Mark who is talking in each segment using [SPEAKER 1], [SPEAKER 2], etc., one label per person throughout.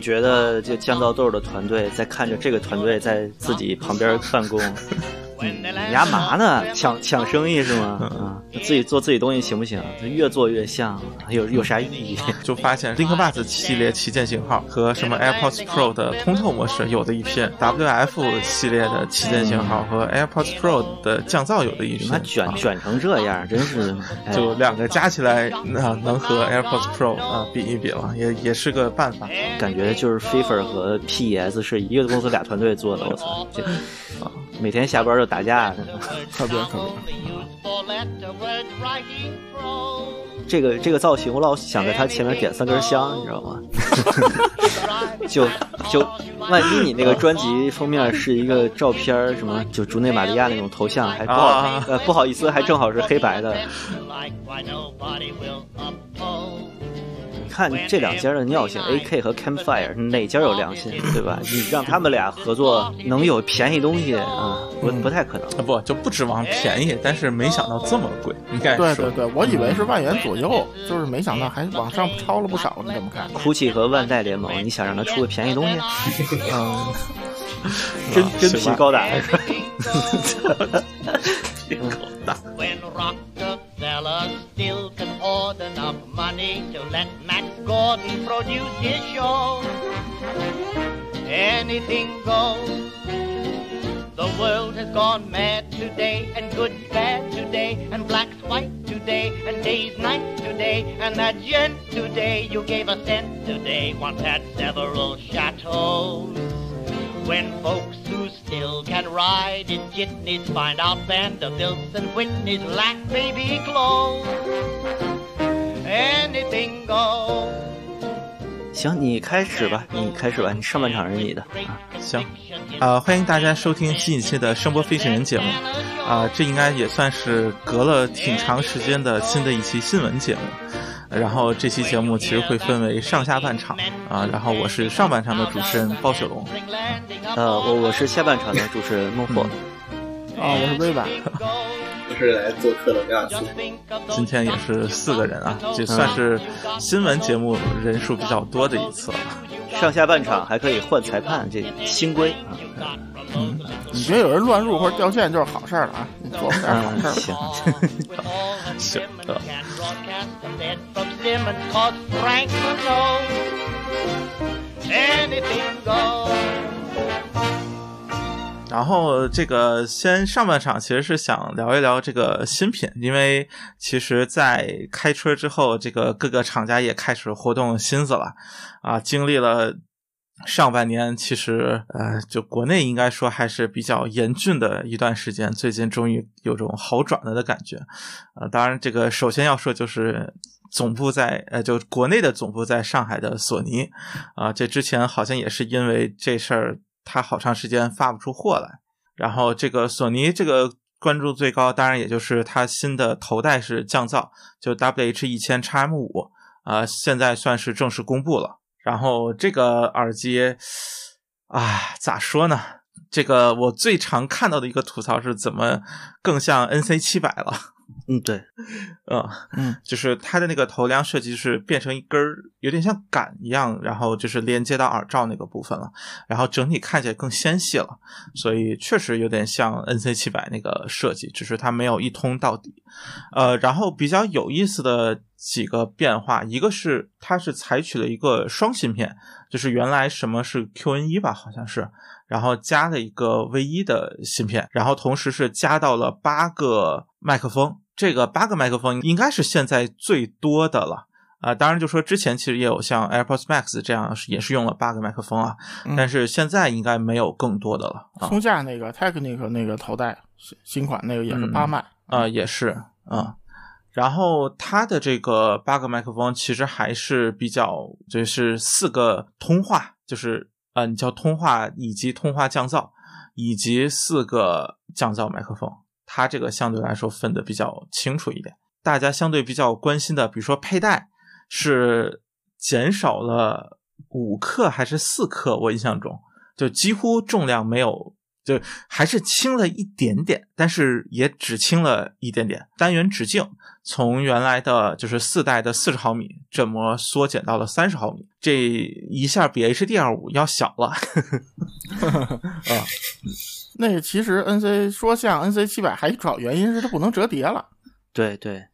[SPEAKER 1] 觉得这降噪豆的团队在看着这个团队在自己旁边办公，嗯你干嘛呢？抢抢生意是吗？啊，自己做自己东西行不行？越做越像，有有啥意义？
[SPEAKER 2] 就发现 LinkBuds 系列旗舰型号和什么 AirPods Pro 的通透模式有的一拼，WF 系列的旗舰型号和 AirPods Pro 的降噪有的一拼，
[SPEAKER 1] 他卷
[SPEAKER 2] 啊
[SPEAKER 1] 卷成这样，真是哎
[SPEAKER 2] 就两个加起来，那、能和 AirPods Pro 啊、比一比了，也也是个办法。
[SPEAKER 1] 感觉就是 f i f a 和 PES 是一个公司俩团队做的，我操，这啊每天下班就打架。
[SPEAKER 2] 可不可不，
[SPEAKER 1] 这个这个造型，我老想在它前面点三根香，你知道吗？就就万一你那个专辑封面是一个照片儿，什么就竹内玛利亚那种头像，还不好、
[SPEAKER 2] 啊
[SPEAKER 1] 呃不好意思，还正好是黑白的。你看这两家的尿性，AK 和 Campfire 哪家有良心，对吧？你让他们俩合作能有便宜东西啊？不不太可能。
[SPEAKER 2] 啊不就不指望便宜，但是没想到这么贵，应该
[SPEAKER 3] 对
[SPEAKER 2] 说嗯
[SPEAKER 3] 对对，我以为是万元左右，就是没想到还往上超了不少。你怎么看？
[SPEAKER 1] Gucci 和万代联盟，你想让他出个便宜东 西？
[SPEAKER 2] 嗯，
[SPEAKER 1] 真
[SPEAKER 2] 啊
[SPEAKER 1] 真皮
[SPEAKER 2] 行吧
[SPEAKER 1] 高达是吧？
[SPEAKER 4] When Rockefeller still can hoard enough money to let Max Gordon produce his show. Anything goes. The world has gone mad today, and good's bad today, and black's white today, and day's night today, and that gent today you gave a cent today once had several chateaus. When folks who still can ride in jitneys find out Vanderbilts and Whitneys lack baby clothes, anything goes.
[SPEAKER 1] 行，你开始吧，你开始吧，你上半场是你的啊。
[SPEAKER 2] 行，啊、欢迎大家收听新一期的声波飞行人节目，啊、这应该也算是隔了挺长时间的新的一期新闻节目。然后这期节目其实会分为上下半场啊、然后我是上半场的主持人包雪龙，
[SPEAKER 1] 呃，我我是下半场的主持人孟获，
[SPEAKER 3] 啊，我是微婉，
[SPEAKER 5] 不是来做客的亚斯。
[SPEAKER 2] 今天也是四个人啊，这算是新闻节目人数比较多的一次了。
[SPEAKER 1] 上下半场还可以换裁判，这新规啊。
[SPEAKER 2] 嗯
[SPEAKER 3] 嗯你觉得有人乱入或者掉线就是好事儿了啊？你琢磨点好
[SPEAKER 1] 嗯，
[SPEAKER 3] 事儿吧。
[SPEAKER 1] 行，
[SPEAKER 2] 是的，然后这个先上半场其实是想聊一聊这个新品，因为其实，在开春之后，这个各个厂家也开始活动心思了，啊，经历了。上半年其实，呃，就国内应该说还是比较严峻的一段时间，最近终于有种好转了的感觉。呃，当然，这个首先要说就是总部在呃，就国内的总部在上海的索尼，啊、这之前好像也是因为这事儿，它好长时间发不出货来。然后这个索尼这个关注最高，当然也就是它新的头戴式降噪，就 WH 一千 XM 五啊，现在算是正式公布了。然后这个耳机，啊，咋说呢？这个我最常看到的一个吐槽是，怎么更像 NC 七百了？
[SPEAKER 1] 嗯，对，
[SPEAKER 2] 嗯
[SPEAKER 3] 嗯，
[SPEAKER 2] 就是它的那个头梁设计是变成一根儿，有点像杆一样，然后就是连接到耳罩那个部分了，然后整体看起来更纤细了，所以确实有点像 NC 七百那个设计，只是它没有一通到底。呃，然后比较有意思的几个变化，一个是它是采取了一个双芯片，就是原来什么是 QN 一吧，好像是，然后加了一个 V 一的芯片，然后同时是加到了八个麦克风，这个八个麦克风应该是现在最多的了。啊、当然就说之前其实也有像 AirPods Max 这样是也是用了八个麦克风啊，
[SPEAKER 3] 嗯
[SPEAKER 2] 但是现在应该没有更多的了啊
[SPEAKER 3] 松下那个 Technic 那个头戴新新款那个也是八麦，
[SPEAKER 2] 啊、也是啊、然后它的这个八个麦克风其实还是比较，就是四个通话，就是呃，你叫通话以及通话降噪，以及四个降噪麦克风，它这个相对来说分的比较清楚一点。大家相对比较关心的，比如说佩戴是减少了五克还是四克，我印象中就几乎重量没有就还是轻了一点点，但是也只轻了一点点。单元直径从原来的就是四代的四十毫米振膜缩减到了三十毫米，这一下比 HDR 五要小了。啊，
[SPEAKER 3] 那其实 N C 说像 N C 七百还主要原因是它不能折叠了，
[SPEAKER 1] 对对，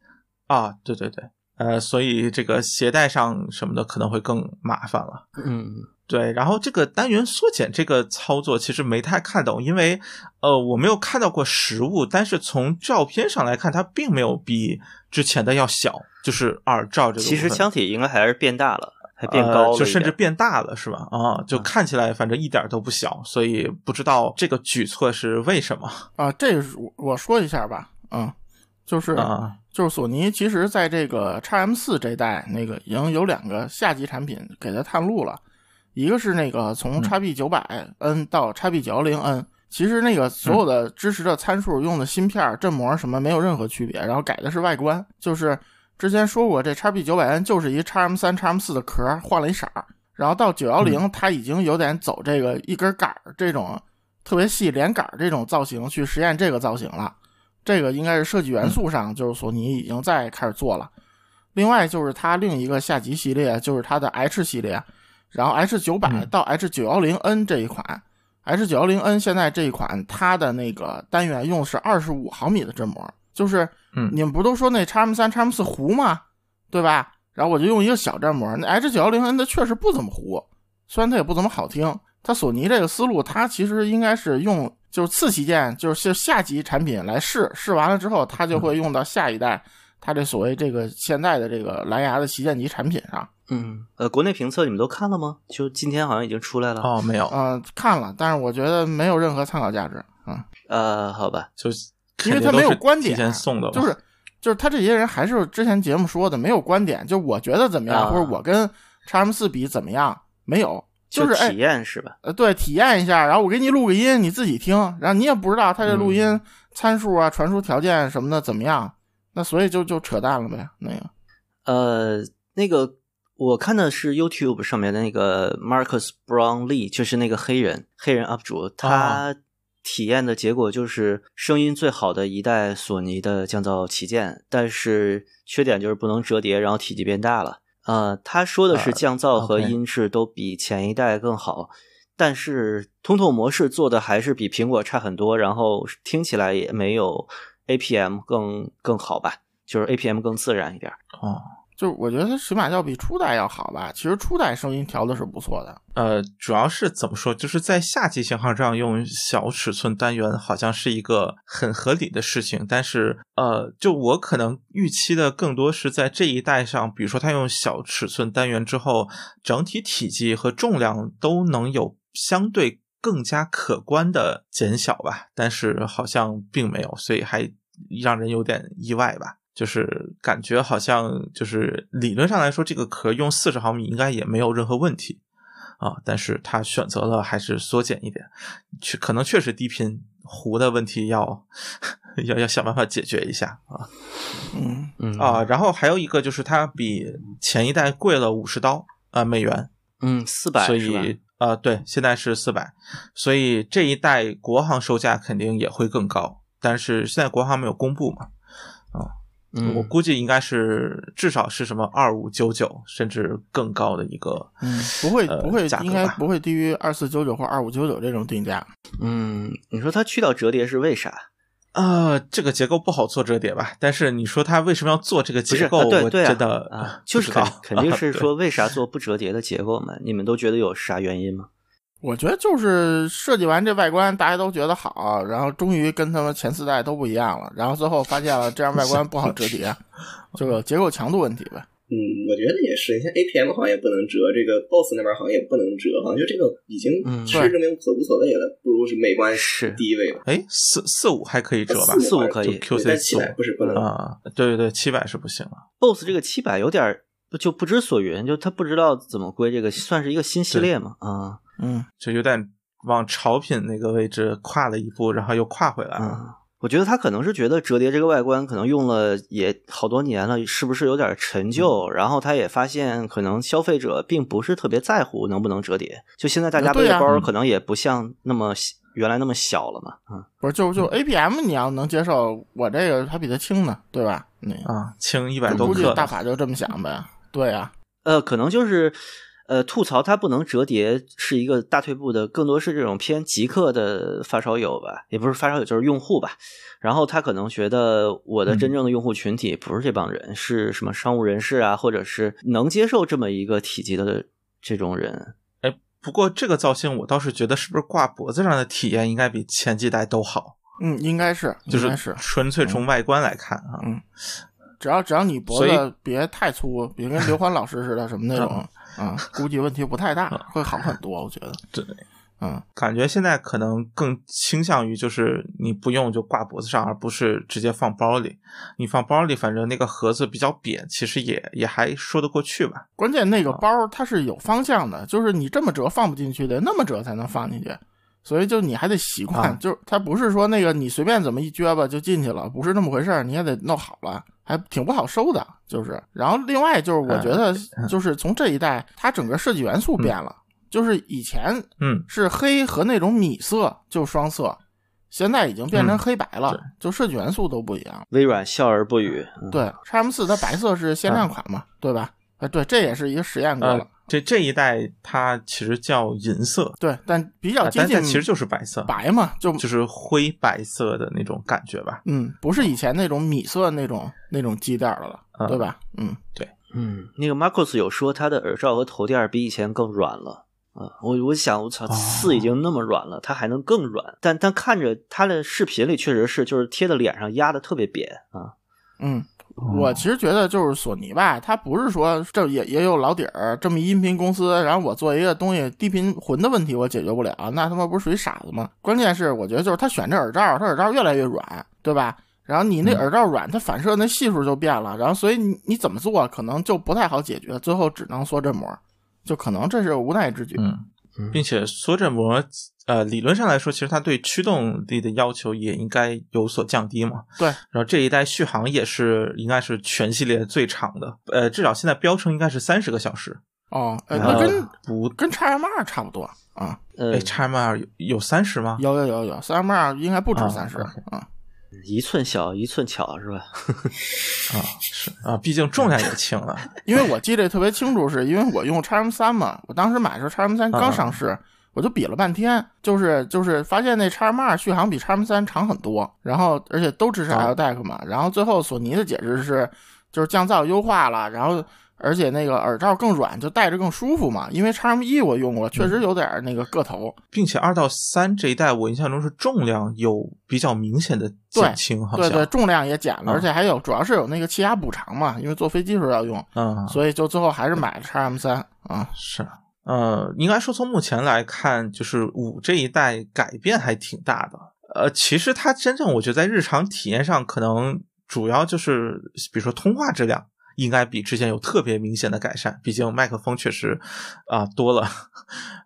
[SPEAKER 2] 啊，对对对，呃，所以这个携带上什么的可能会更麻烦了。
[SPEAKER 1] 嗯，
[SPEAKER 2] 对，然后这个单元缩减这个操作其实没太看懂，因为呃我没有看到过实物，但是从照片上来看，它并没有比之前的要小，就是耳罩这个部分。
[SPEAKER 1] 其实腔体应该还是变大了，还
[SPEAKER 2] 呃
[SPEAKER 1] 变高了一点、
[SPEAKER 2] 就甚至变大了，是吧？啊，
[SPEAKER 3] 嗯
[SPEAKER 2] 就看起来反正一点都不小，所以不知道这个举措是为什么
[SPEAKER 3] 啊，这个是我我说一下吧，嗯，就是、
[SPEAKER 2] 啊？
[SPEAKER 3] 就是索尼其实在这个 x M 四这代那个已经有两个下级产品给它探路了，一个是那个从 x B 九百 N 到 x B 九幺零 N，其实那个所有的支持的参数用的芯片儿、振膜什么没有任何区别，然后改的是外观，就是之前说过这 x B 九百 N 就是一 x M 三、x M 四的壳儿换了一色儿，然后到九幺零它已经有点走这个一根杆儿这种特别细连杆儿这种造型去实验这个造型了。这个应该是设计
[SPEAKER 2] 嗯
[SPEAKER 3] 元素上，就是索尼已经在开始做了。另外就是它另一个下级系列，就是它的 H 系列，然后 H 九百
[SPEAKER 2] 嗯
[SPEAKER 3] 到 H 九幺零 N 这一款、h 九幺零 N 现在这一款它的那个单元用的是二十五毫米的振膜，就是
[SPEAKER 2] 嗯
[SPEAKER 3] 你们不都说那 x M 三、x M 四糊吗？对吧？然后我就用一个小振膜，那 H 九幺零 N 它确实不怎么糊，虽然它也不怎么好听，它索尼这个思路，它其实应该是用就是次旗舰，就是下级产品来试，试完了之后，它
[SPEAKER 1] 嗯
[SPEAKER 3] 就会用到下一代，它这所谓这个现在的这个蓝牙的旗舰级产品上。
[SPEAKER 1] 嗯，呃，国内评测你们都看了吗？就今天好像已经出来了。
[SPEAKER 2] 哦，没有，
[SPEAKER 3] 嗯、看了，但是我觉得没有任何参考价值啊、
[SPEAKER 1] 呃，好吧，
[SPEAKER 2] 就肯
[SPEAKER 3] 因为
[SPEAKER 2] 定
[SPEAKER 3] 它
[SPEAKER 2] 都
[SPEAKER 3] 没有
[SPEAKER 2] 是
[SPEAKER 3] 观点
[SPEAKER 2] 提前送的吧，
[SPEAKER 3] 就是就是他这些人还是之前节目说的没有观点，就我觉得怎么样，
[SPEAKER 1] 啊
[SPEAKER 3] 或者我跟 x M 四比怎么样，没有，
[SPEAKER 1] 就是
[SPEAKER 3] 哎
[SPEAKER 1] 体验是吧？
[SPEAKER 3] 呃，对，体验一下，然后我给你录个音，你自己听，然后你也不知道它这录
[SPEAKER 2] 嗯
[SPEAKER 3] 音参数啊、传输条件什么的怎么样，那所以就就扯淡了呗，那个
[SPEAKER 1] 呃，那个我看的是 YouTube 上面的那个 Marcus Brownlee，就是那个黑人黑人 UP 主，他体验的结果就是声音最好的一代索尼的降噪旗舰，但是缺点就是不能折叠，然后体积变大了。呃，他说的是
[SPEAKER 2] 啊
[SPEAKER 1] 降噪和
[SPEAKER 2] OK
[SPEAKER 1] 音质都比前一代更好，但是通透模式做的还是比苹果差很多，然后听起来也没有 APM 更更好吧，就是 APM 更自然一点。
[SPEAKER 2] 哦。
[SPEAKER 3] 就我觉得它起码要比初代要好吧。其实初代声音调的是不错的，
[SPEAKER 2] 呃，主要是怎么说，就是在下级型号上用小尺寸单元，好像是一个很合理的事情。但是，呃，就我可能预期的更多是在这一代上，比如说它用小尺寸单元之后，整体体积和重量都能有相对更加可观的减小吧。但是好像并没有，所以还让人有点意外吧。就是感觉好像就是理论上来说，这个壳用四十毫米应该也没有任何问题。啊，但是他选择了还是缩减一点，确可能确实低频糊的问题要 要要想办法解决一下啊
[SPEAKER 3] 嗯，
[SPEAKER 1] 嗯
[SPEAKER 2] 啊，然后还有一个就是它比前一代贵了五十刀啊、呃美元，
[SPEAKER 1] 嗯，四百
[SPEAKER 2] 所
[SPEAKER 1] 是吧？
[SPEAKER 2] 以啊、呃对，现在是四百，所以这一代国行售价肯定也会更高，但是现在国行没有公布嘛，
[SPEAKER 1] 嗯，
[SPEAKER 2] 我估计应该是至少是什么二五九九甚至更高的一个，
[SPEAKER 3] 嗯，不会
[SPEAKER 2] 呃
[SPEAKER 3] 不会
[SPEAKER 2] 价，格
[SPEAKER 3] 应该
[SPEAKER 2] 吧
[SPEAKER 3] 不会低于二四九九或二五九九这种定价。
[SPEAKER 1] 嗯，你说它去掉折叠是为啥？
[SPEAKER 2] 啊、这个结构不好做折叠吧？但是你说它为什么要做这个
[SPEAKER 1] 不是，
[SPEAKER 2] 结
[SPEAKER 1] 啊
[SPEAKER 2] 构？
[SPEAKER 1] 对
[SPEAKER 2] 我
[SPEAKER 1] 对啊，
[SPEAKER 2] 真的、
[SPEAKER 1] 啊，
[SPEAKER 2] 不
[SPEAKER 1] 就
[SPEAKER 2] 知
[SPEAKER 1] 是
[SPEAKER 2] 道
[SPEAKER 1] 肯肯定是
[SPEAKER 2] 对
[SPEAKER 1] 说为啥做不折叠的结构嘛？你们都觉得有啥原因吗？
[SPEAKER 3] 我觉得就是设计完这外观，大家都觉得好，然后终于跟他们前四代都不一样了，然后最后发现了这样外观 不好折叠，这个结构强度问题呗。
[SPEAKER 5] 嗯，我觉得也是，你像 APM 好像也不能折，这个 BOSS 那边好像也不能折，好像就这个已经
[SPEAKER 1] 嗯
[SPEAKER 5] 事实证明所无所谓了，不如是美观
[SPEAKER 1] 是
[SPEAKER 5] 第一位吧。
[SPEAKER 2] 哎，四四五还可以折吧？
[SPEAKER 1] 四五可以
[SPEAKER 2] 就
[SPEAKER 5] 但
[SPEAKER 2] QC
[SPEAKER 5] 七
[SPEAKER 2] 四
[SPEAKER 5] 百
[SPEAKER 2] 五
[SPEAKER 5] 不是不能。
[SPEAKER 2] 啊，对对对，七百是不行了。
[SPEAKER 1] BOSS 这个七百有点儿就不知所云，就他不知道怎么归这个，算是一个新系列嘛？啊
[SPEAKER 3] 嗯，
[SPEAKER 2] 就有点往潮品那个位置跨了一步，然后又跨回来了。
[SPEAKER 1] 啊，我觉得他可能是觉得折叠这个外观可能用了也好多年了，是不是有点陈旧？
[SPEAKER 3] 嗯
[SPEAKER 1] 然后他也发现，可能消费者并不是特别在乎能不能折叠。就现在大家
[SPEAKER 3] 啊
[SPEAKER 1] 背
[SPEAKER 3] 对
[SPEAKER 1] 的
[SPEAKER 3] 呀
[SPEAKER 1] 包可能也不像那么小原来那么小了嘛。嗯，
[SPEAKER 3] 不是就就 APM 你要能接受，我这个还比它轻呢，对吧？你
[SPEAKER 1] 嗯
[SPEAKER 2] 啊，轻一百
[SPEAKER 3] 就
[SPEAKER 2] 多
[SPEAKER 3] 估计
[SPEAKER 2] 克
[SPEAKER 3] 大法就这么想呗。对啊，
[SPEAKER 1] 呃，可能就是呃，吐槽它不能折叠是一个大退步的，更多是这种偏极客的发烧友吧，也不是发烧友，就是用户吧。然后他可能觉得我的真正的用户群体不是这帮人，是什么商务人士啊，或者是能接受这么一个体积的这种人。
[SPEAKER 2] 不过这个造型我倒是觉得，是不是挂脖子上的体验应该比前几代都好？
[SPEAKER 3] 嗯，应该是，
[SPEAKER 2] 就
[SPEAKER 3] 应该
[SPEAKER 2] 是
[SPEAKER 3] 是，
[SPEAKER 2] 纯粹从外观来看啊，
[SPEAKER 3] 嗯只要只要你脖
[SPEAKER 2] 所
[SPEAKER 3] 子别太粗，别跟刘欢老师似的什么那种，啊，估计问题不太大，会好很多，我觉得。
[SPEAKER 2] 嗯对，
[SPEAKER 3] 嗯，
[SPEAKER 2] 感觉现在可能更倾向于就是你不用就挂脖子上，而不是直接放包里。你放包里，反正那个盒子比较扁，其实也也还说得过去吧。
[SPEAKER 3] 关键那个
[SPEAKER 2] 哦
[SPEAKER 3] 包儿它是有方向的，就是你这么折放不进去的，那么折才能放进去。所以就你还得习惯，
[SPEAKER 2] 啊
[SPEAKER 3] 就是它不是说那个你随便怎么一撅吧就进去了，不是那么回事儿，你也得弄好了，还挺不好收的，就是。然后另外就是我觉
[SPEAKER 2] 嗯
[SPEAKER 3] 得，就是从这一代，它整个设计元素变了，就是以前
[SPEAKER 2] 嗯，
[SPEAKER 3] 是黑和那种米色就双色，现在已经
[SPEAKER 2] 嗯
[SPEAKER 3] 变成黑白了，就设计元素都不一样了。
[SPEAKER 1] 微软笑而不语。嗯
[SPEAKER 3] 对，X M 四它白色是限量款嘛，对吧？啊，对，这也是一个实验过了。
[SPEAKER 2] 嗯呃，这这一代它其实叫银色，
[SPEAKER 3] 对，但比较
[SPEAKER 2] 啊
[SPEAKER 3] 接
[SPEAKER 2] 但
[SPEAKER 3] 近，
[SPEAKER 2] 但其实就是白色，
[SPEAKER 3] 白嘛，就
[SPEAKER 2] 就是灰白色的那种感觉吧。
[SPEAKER 3] 嗯，不是以前那种米色那种那种基调的了，
[SPEAKER 2] 嗯
[SPEAKER 3] 对吧？嗯，
[SPEAKER 1] 嗯，那个 Marcus 有说他的耳罩和头垫比以前更软了。啊，我我想，我操，
[SPEAKER 2] 哦
[SPEAKER 1] 四已经那么软了，它还能更软？但但看着他的视频里，确实是就是贴在脸上压的特别扁啊。
[SPEAKER 3] 嗯，我其实觉得就是索尼吧，它不是说这也也有老底儿这么一音频公司，然后我做一个东西低频混的问题我解决不了，那他妈不是属于傻子吗？关键是我觉得就是他选这耳罩，他耳罩越来越软，对吧？然后你那耳罩软，它反射那系数就变了，然后所以你你怎么做可能就不太好解决，最后只能缩振膜，就可能这是无奈之举。
[SPEAKER 2] 嗯，并且缩振膜，呃，理论上来说，其实它对驱动力的要求也应该有所降低嘛。
[SPEAKER 3] 对
[SPEAKER 2] 然后这一代续航也是应该是全系列最长的，呃，至少现在标称应该是三十个小时，
[SPEAKER 3] 哦，呃
[SPEAKER 1] 然
[SPEAKER 3] 那
[SPEAKER 1] 后
[SPEAKER 3] 跟
[SPEAKER 2] 不，
[SPEAKER 3] 跟 x M 二差不多啊、
[SPEAKER 1] 呃
[SPEAKER 2] 哎，，x M 二有三十吗？
[SPEAKER 3] 有有有有，三 M 二应该不止
[SPEAKER 2] 啊
[SPEAKER 3] 三十
[SPEAKER 2] ，OK
[SPEAKER 3] 啊，
[SPEAKER 1] 一寸小一寸巧是吧？
[SPEAKER 2] 啊，是啊，毕竟重量也轻 了，
[SPEAKER 3] 因为我记得特别清楚，是因为我用 x M 三嘛，我当时买的时候 x M 三刚上市，我就比了半天，就是就是发现那 x M 二续航比 x M 三长很多，然后而且都支持
[SPEAKER 2] 啊
[SPEAKER 3] LDAC 嘛，然后最后索尼的解释是就是降噪优化了，然后。而且那个耳罩更软，就戴着更舒服嘛。因为 x M 一我用过，确实有点儿那个个头，
[SPEAKER 2] 并且二到三这一代，我印象中是重量有比较明显的减轻，好
[SPEAKER 3] 对
[SPEAKER 2] 像，
[SPEAKER 3] 对，重量也减
[SPEAKER 2] 啊
[SPEAKER 3] 了，而且还有主要是有那个气压补偿嘛，因为坐飞机时候要用，
[SPEAKER 2] 嗯，
[SPEAKER 3] 所以就最后还是买了 x M 三啊。
[SPEAKER 2] 是，呃，应该说从目前来看，就是五这一代改变还挺大的。呃，其实它真正我觉得在日常体验上，可能主要就是比如说通话质量。应该比之前有特别明显的改善，毕竟麦克风确实啊、多了，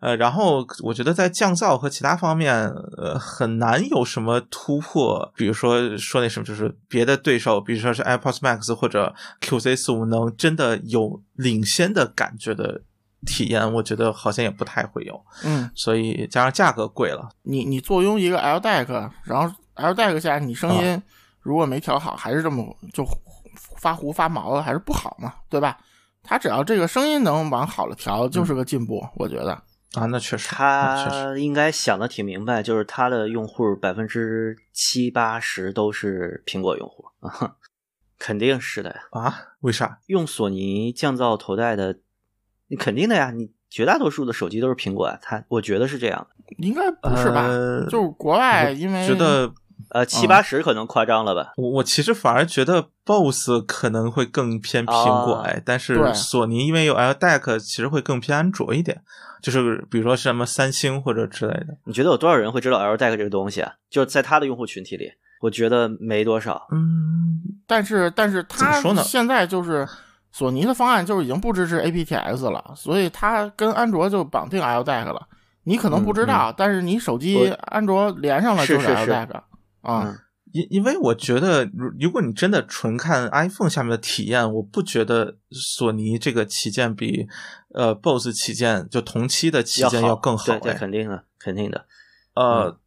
[SPEAKER 2] 呃，然后我觉得在降噪和其他方面，呃，很难有什么突破。比如说说那什么，就是别的对手，比如说是 AirPods Max 或者 QC 四五，能真的有领先的感觉的体验，我觉得好像也不太会有。
[SPEAKER 3] 嗯，
[SPEAKER 2] 所以加上价格贵了，
[SPEAKER 3] 你你坐拥一个 L deck，然后 L deck 下你声音
[SPEAKER 2] 嗯
[SPEAKER 3] 如果没调好，还是这么就发糊发毛了，还是不好嘛，对吧？它只要这个声音能往好了调，就是个进步，我觉得。
[SPEAKER 2] 啊，那确实，那确实，
[SPEAKER 1] 他应该想的挺明白，就是他的用户百分之七八十都是苹果用户啊，肯定是的。
[SPEAKER 2] 啊，为啥？
[SPEAKER 1] 用索尼降噪头戴的，你肯定的呀，你绝大多数的手机都是苹果啊，它我觉得是这样的。
[SPEAKER 3] 应该不是吧？
[SPEAKER 2] 呃
[SPEAKER 3] 就是国外，因为
[SPEAKER 2] 觉得
[SPEAKER 1] 呃，
[SPEAKER 2] 嗯
[SPEAKER 1] 七八十可能夸张了吧？
[SPEAKER 2] 我我其实反而觉得 BOSS 可能会更偏苹果
[SPEAKER 1] 啊
[SPEAKER 2] 哎，但
[SPEAKER 3] 对
[SPEAKER 2] 是索尼因为有 LDAC，其实会更偏安卓一点，就是比如说什么三星或者之类的。
[SPEAKER 1] 你觉得有多少人会知道 L d e c 这个东西啊？就是在他的用户群体里，我觉得没多少。
[SPEAKER 2] 嗯，
[SPEAKER 3] 但是但是
[SPEAKER 2] 怎么
[SPEAKER 3] 它
[SPEAKER 2] 说呢
[SPEAKER 3] 现在就是索尼的方案就是已经不支持 apts 了，所以它跟安卓就绑定 l deck 了。
[SPEAKER 2] 嗯
[SPEAKER 3] 你可能不知道，但是你手机
[SPEAKER 1] 我
[SPEAKER 3] 安卓连上了就是
[SPEAKER 1] 是
[SPEAKER 3] l
[SPEAKER 1] 是
[SPEAKER 3] deck 啊、
[SPEAKER 1] 嗯
[SPEAKER 2] 因因为我觉得，如如果你真的纯看 iPhone 下面的体验，我不觉得索尼这个旗舰比呃 BOSS 旗舰就同期的旗舰要更好
[SPEAKER 1] 对，对，
[SPEAKER 2] 哎
[SPEAKER 1] 肯定嗯的，肯定的。
[SPEAKER 2] 呃，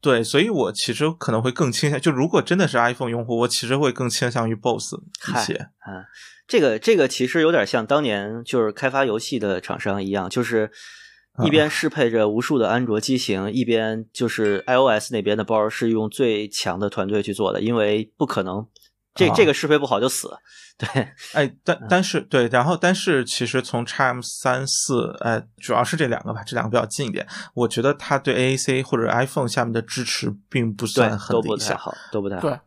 [SPEAKER 2] 对，所以我其实可能会更倾向，就如果真的是 iPhone 用户，我其实会更倾向于 BOSS 一
[SPEAKER 1] 嗨
[SPEAKER 2] 些。
[SPEAKER 1] 这个这个其实有点像当年就是开发游戏的厂商一样，就是
[SPEAKER 2] 嗯
[SPEAKER 1] 一边适配着无数的安卓机型，一边就是 iOS 那边的包是用最强的团队去做的，因为不可能这、
[SPEAKER 2] 啊
[SPEAKER 1] 这个适配不好就死。对，
[SPEAKER 2] 哎，但
[SPEAKER 1] 嗯
[SPEAKER 2] 但是对，然后但是其实从 x M 三四，哎，主要是这两个吧，这两个比较近一点。我觉得它对 AAC 或者 iPhone 下面的支持并不
[SPEAKER 1] 对
[SPEAKER 2] 算，很
[SPEAKER 1] 都不
[SPEAKER 2] 理
[SPEAKER 1] 太
[SPEAKER 2] 想。
[SPEAKER 1] 好，嗯都
[SPEAKER 2] 嗯
[SPEAKER 1] 不太好。
[SPEAKER 3] 对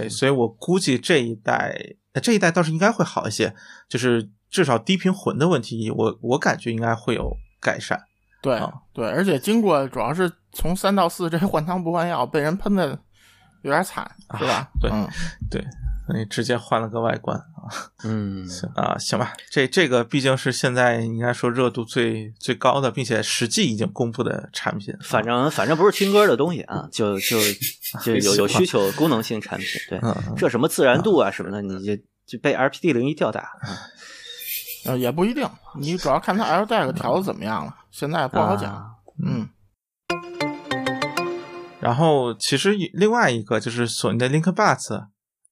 [SPEAKER 2] 对，所以我估计这一代，呃这一代倒是应该会好一些，就是至少低频混的问题，我我感觉应该会有改善。
[SPEAKER 3] 对
[SPEAKER 2] 啊
[SPEAKER 3] 对，而且经过主要是从三到四这换汤不换药，被人喷的有点惨，是吧？
[SPEAKER 2] 啊对
[SPEAKER 3] 嗯
[SPEAKER 2] 所以直接换了个外观
[SPEAKER 1] 嗯，
[SPEAKER 2] 啊，行吧，这这个毕竟是现在应该说热度最最高的，并且实际已经公布的产品。
[SPEAKER 1] 反正反正不是军歌的东西啊，就 就就有有需求功能性产品。对，
[SPEAKER 2] 嗯，嗯
[SPEAKER 1] 这什么自然度啊什么的，你就就被 RPD 零一吊打。
[SPEAKER 3] 呃，也不一定，你主要看它 L DAC 调的怎么样了，现在不好讲。
[SPEAKER 1] 啊
[SPEAKER 3] 嗯，
[SPEAKER 2] 然后其实另外一个就是索尼的 Link Buds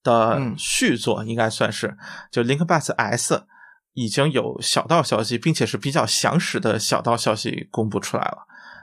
[SPEAKER 2] 的
[SPEAKER 3] 嗯
[SPEAKER 2] 续作，应该算是、就 Link Buds S 已经有小道消息，并且是比较详实的小道消息公布出来了。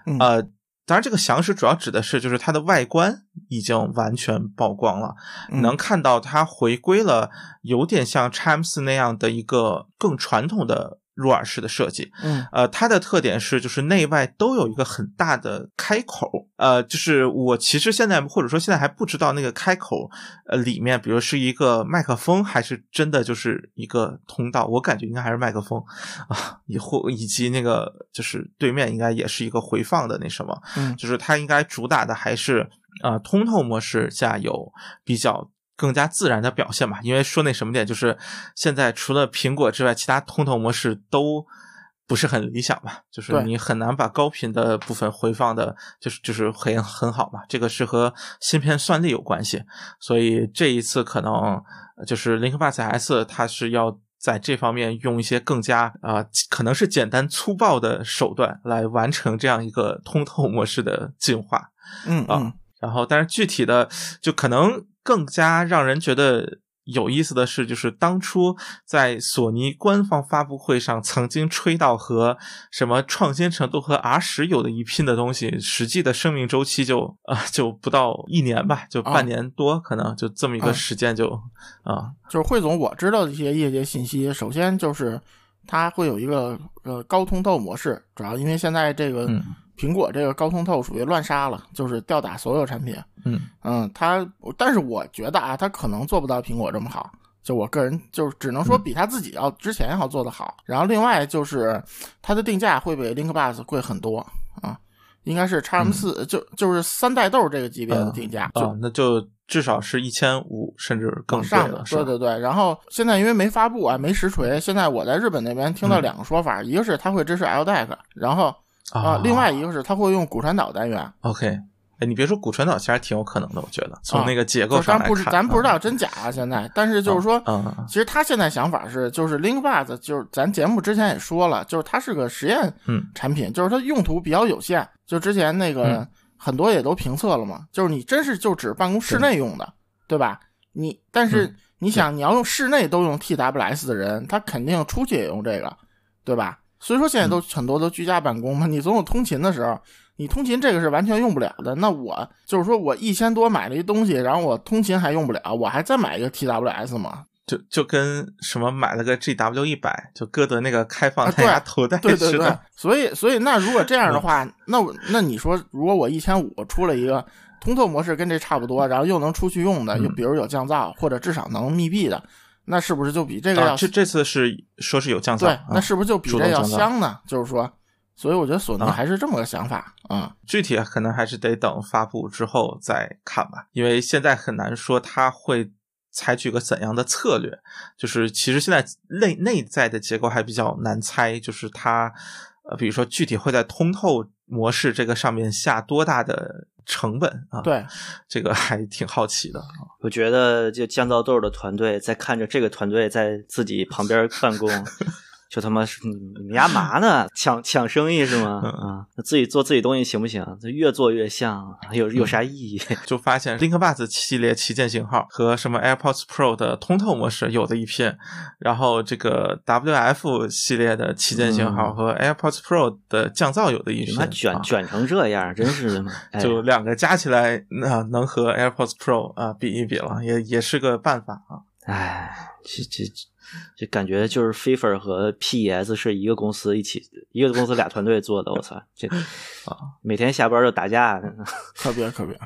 [SPEAKER 3] 嗯
[SPEAKER 2] 呃，当然这个详实主要指的是就是它的外观已经完全曝光了，
[SPEAKER 3] 嗯
[SPEAKER 2] 能看到它回归了有点像 x M 四那样的一个更传统的入耳式的设计。
[SPEAKER 3] 嗯
[SPEAKER 2] 呃，它的特点是就是内外都有一个很大的开口，呃，就是我其实现在或者说现在还不知道那个开口，呃，里面比如是一个麦克风，还是真的就是一个通道，我感觉应该还是麦克风啊，以或以及那个就是对面应该也是一个回放的那什么，
[SPEAKER 3] 嗯
[SPEAKER 2] 就是它应该主打的还是呃通透模式下有比较更加自然的表现吧。因为说那什么点，就是现在除了苹果之外，其他通透模式都不是很理想吧，就是
[SPEAKER 3] 对
[SPEAKER 2] 你很难把高频的部分回放的，就是就是很很好嘛。这个是和芯片算力有关系，所以这一次可能呃就是 Link Bus S 它是要。在这方面用一些更加啊、呃可能是简单粗暴的手段来完成这样一个通透模式的进化。
[SPEAKER 3] 嗯嗯
[SPEAKER 2] 啊然后，但是具体的就可能更加让人觉得有意思的是，就是当初在索尼官方发布会上曾经吹到和什么创新程度和 R 十有的一拼的东西，实际的生命周期就啊、就不到一年吧，就
[SPEAKER 3] 啊
[SPEAKER 2] 半年多，可能就这么一个
[SPEAKER 3] 啊
[SPEAKER 2] 时间就啊、
[SPEAKER 3] 就是汇总我知道的一些业界信息，首先就是它会有一个呃高通透模式，主要因为现在这个
[SPEAKER 2] 嗯
[SPEAKER 3] 苹果这个高通透属于乱杀了，就是吊打所有产品。
[SPEAKER 2] 嗯
[SPEAKER 3] 嗯，它但是我觉得啊，它可能做不到苹果这么好。就我个人就是只能说
[SPEAKER 2] 嗯
[SPEAKER 3] 比它自己要之前要做得好。然后另外就是它的定价会比 Link Bus 贵很多啊，应该是 x M 四、就就是三代豆这个级别的定价，就
[SPEAKER 2] 嗯啊，那就至少是一千五甚至更
[SPEAKER 3] 哦往
[SPEAKER 2] 贵
[SPEAKER 3] 上
[SPEAKER 2] 了，是吧
[SPEAKER 3] 嗯对对对。然后现在因为没发布啊，没实锤，现在我在日本那边听到
[SPEAKER 2] 嗯
[SPEAKER 3] 两个说法，一个是它会支持 LDAC，然后啊、
[SPEAKER 2] 啊，
[SPEAKER 3] 另外一个是它会用骨传导单元。
[SPEAKER 2] OK，哎，你别说骨传导，其实还挺有可能的，我觉得从
[SPEAKER 3] 啊
[SPEAKER 2] 那个结
[SPEAKER 3] 就
[SPEAKER 2] 构
[SPEAKER 3] 是咱
[SPEAKER 2] 上来
[SPEAKER 3] 不
[SPEAKER 2] 看，
[SPEAKER 3] 知咱不知
[SPEAKER 2] 啊
[SPEAKER 3] 道真假啊，现在，但是就是说，
[SPEAKER 2] 嗯嗯嗯
[SPEAKER 3] 其实他现在想法是，就是 Link Buzz，就是咱节目之前也说了，就是它是个实验
[SPEAKER 2] 嗯
[SPEAKER 3] 产品，就是它用途比较有限。就之前那个、
[SPEAKER 2] 嗯
[SPEAKER 3] 很多也都评测了嘛，就是你真是就只办公室内用的，对吧？你但
[SPEAKER 2] 嗯
[SPEAKER 3] 是你想，你要用室内都用 TWS 的人，他肯定出去也用这个，对吧？所以说
[SPEAKER 2] 嗯
[SPEAKER 3] 现在都很多都居家办公嘛，你总有通勤的时候，你通勤这个是完全用不了的。那我就是说我一千多买了一东西，然后我通勤还用不了，我还再买一个 TWS 嘛？
[SPEAKER 2] 就就跟什么买了个 GW 一百，就歌德那个开放
[SPEAKER 3] 啊
[SPEAKER 2] 胎压头戴
[SPEAKER 3] 对对
[SPEAKER 2] 似
[SPEAKER 3] 对
[SPEAKER 2] 的，，嗯
[SPEAKER 3] 所以所以那如果这样的话，那我那你说如果我一千五出了一个通透模式跟这差不多，然后又能出去用的，
[SPEAKER 2] 嗯
[SPEAKER 3] 又比如有降噪或者至少能密闭的，那是不是就比这个
[SPEAKER 2] 啊，
[SPEAKER 3] 要
[SPEAKER 2] 这这次是说是有降噪，
[SPEAKER 3] 对
[SPEAKER 2] 啊？
[SPEAKER 3] 那是不是就比
[SPEAKER 2] 主
[SPEAKER 3] 这
[SPEAKER 2] 动
[SPEAKER 3] 要
[SPEAKER 2] 降噪
[SPEAKER 3] 香呢？就是说，所以我觉得索尼
[SPEAKER 2] 啊
[SPEAKER 3] 还是这么个想法啊。
[SPEAKER 2] 具体可能还是得等发布之后再看吧，因为现在很难说它会采取个怎样的策略。就是其实现在内内在的结构还比较难猜，就是它呃，比如说具体会在通透模式这个上面下多大的成本啊？，
[SPEAKER 3] 对，
[SPEAKER 2] 这个还挺好奇的。
[SPEAKER 1] 我觉得就降噪豆的团队在看着这个团队在自己旁边办公， 就他妈是你你们家嘛呢？抢抢生意是吗？
[SPEAKER 2] 嗯
[SPEAKER 1] 啊，那自己做自己东西行不行？这越做越像，有有啥意 义？
[SPEAKER 2] 就发现 LinkBuds 系列旗舰型号和什么 AirPods Pro 的通透模式有的一拼，然后这个 WF 系列的旗舰型
[SPEAKER 3] 嗯
[SPEAKER 2] 号和 AirPods Pro 的降噪有的一
[SPEAKER 1] 你
[SPEAKER 2] 拼，
[SPEAKER 1] 妈卷
[SPEAKER 2] 啊
[SPEAKER 1] 卷成这样，真是 的嘛！哎
[SPEAKER 2] 就两个加起来，那、能和 AirPods Pro 啊、比一比了，也也是个办法啊。
[SPEAKER 1] 哎，这这这感觉就是 FIFA 和 PES 是一个公司一起，一个公司俩团队做的。我操，这每天下班就打架。
[SPEAKER 3] 可别可别，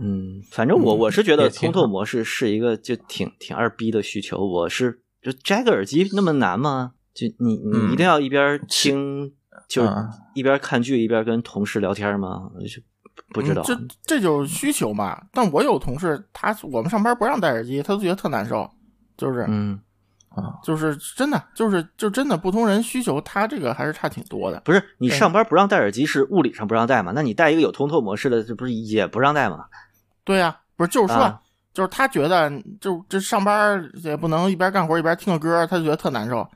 [SPEAKER 1] 嗯，反正我我是觉
[SPEAKER 2] 也
[SPEAKER 1] 得
[SPEAKER 2] 挺
[SPEAKER 1] 通
[SPEAKER 2] 好
[SPEAKER 1] 透模式是一个就挺挺二逼的需求。我是就摘个耳机那么难吗？就你
[SPEAKER 2] 嗯
[SPEAKER 1] 你一定要一边听，就是
[SPEAKER 2] 啊
[SPEAKER 1] 一边看剧一边跟同事聊天吗？我就不知道
[SPEAKER 3] 嗯。这这就是需求嘛。但我有同事，他我们上班不让戴耳机，他都觉得特难受，就是、
[SPEAKER 1] 嗯，
[SPEAKER 3] 就是真的就是就真的不同人需求，他这个还是差挺多的。
[SPEAKER 1] 不是你
[SPEAKER 3] 对
[SPEAKER 1] 上班不让戴耳机是物理上不让戴嘛？那你戴一个有通透模式的，这不是也不让戴吗？
[SPEAKER 3] 对呀、不是就是说，
[SPEAKER 1] 啊
[SPEAKER 3] 就是他觉得就这上班也不能一边干活一边听个歌，他就觉得特难受，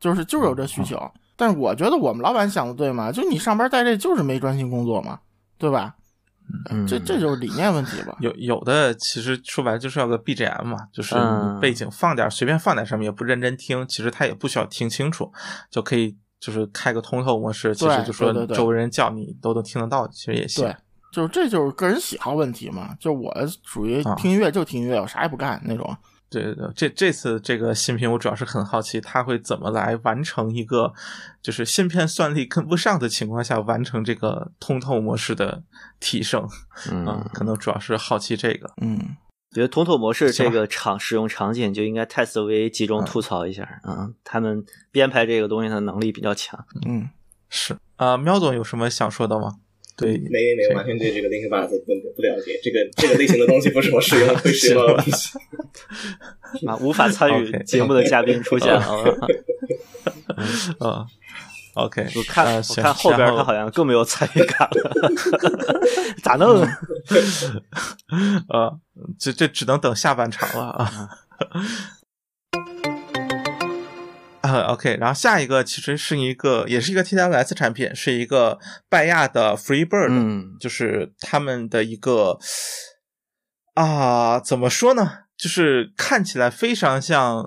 [SPEAKER 3] 就是就是有这
[SPEAKER 1] 嗯
[SPEAKER 3] 需求。但是我觉得我们老板想的对嘛，就你上班戴这就是没专心工作嘛，对吧？
[SPEAKER 1] 嗯，
[SPEAKER 3] 这这就是理念问题吧。
[SPEAKER 2] 有有的其实说白了就是要个 BGM 嘛，就是
[SPEAKER 1] 嗯
[SPEAKER 2] 你背景放点儿，随便放点什么也不认真听，其实他也不需要听清楚，就可以就是开个通透模式，其实
[SPEAKER 3] 对
[SPEAKER 2] 就说
[SPEAKER 3] 对对对
[SPEAKER 2] 周围人叫你都能听得到，其实也行
[SPEAKER 3] 对。，就是这就是个人喜好问题嘛。就我属于
[SPEAKER 2] 啊
[SPEAKER 3] 听音乐就听音乐，我啥也不干那种。
[SPEAKER 2] 对对对，这这次这个新品，我主要是很好奇，它会怎么来完成一个，就是芯片算力跟不上的情况下，完成这个通透模式的提升。啊
[SPEAKER 1] 嗯，
[SPEAKER 2] 可能主要是好奇这个。
[SPEAKER 3] 嗯，
[SPEAKER 1] 觉得通透模式
[SPEAKER 2] 行吧
[SPEAKER 1] 这个场使用场景就应该 test v 集中吐槽一下啊、嗯他们编排这个东西的能力比较强。
[SPEAKER 3] 嗯，
[SPEAKER 2] 是啊、喵总有什么想说的吗？对，
[SPEAKER 5] 没没没，完全对这个 Link Buzz 不不了解，这个这个类型的东西不是我使用会使用 到的东西。
[SPEAKER 1] 啊，无法参与
[SPEAKER 2] OK
[SPEAKER 1] 节目的嘉宾出现了。
[SPEAKER 2] 呃，OK，
[SPEAKER 1] 我看、
[SPEAKER 2] 呃、
[SPEAKER 1] 我
[SPEAKER 2] 行
[SPEAKER 1] 看后边
[SPEAKER 2] 然
[SPEAKER 1] 他好像更没有参与感了， 咋弄？啊
[SPEAKER 2] 呃，这这只能等下半 场了啊。啊，OK，然后下一个其实是一个，也是一个 TWS 产品，是一个拜亚的 FreeBird，、
[SPEAKER 1] 嗯
[SPEAKER 2] 就是他们的一个啊，怎么说呢？就是看起来非常像，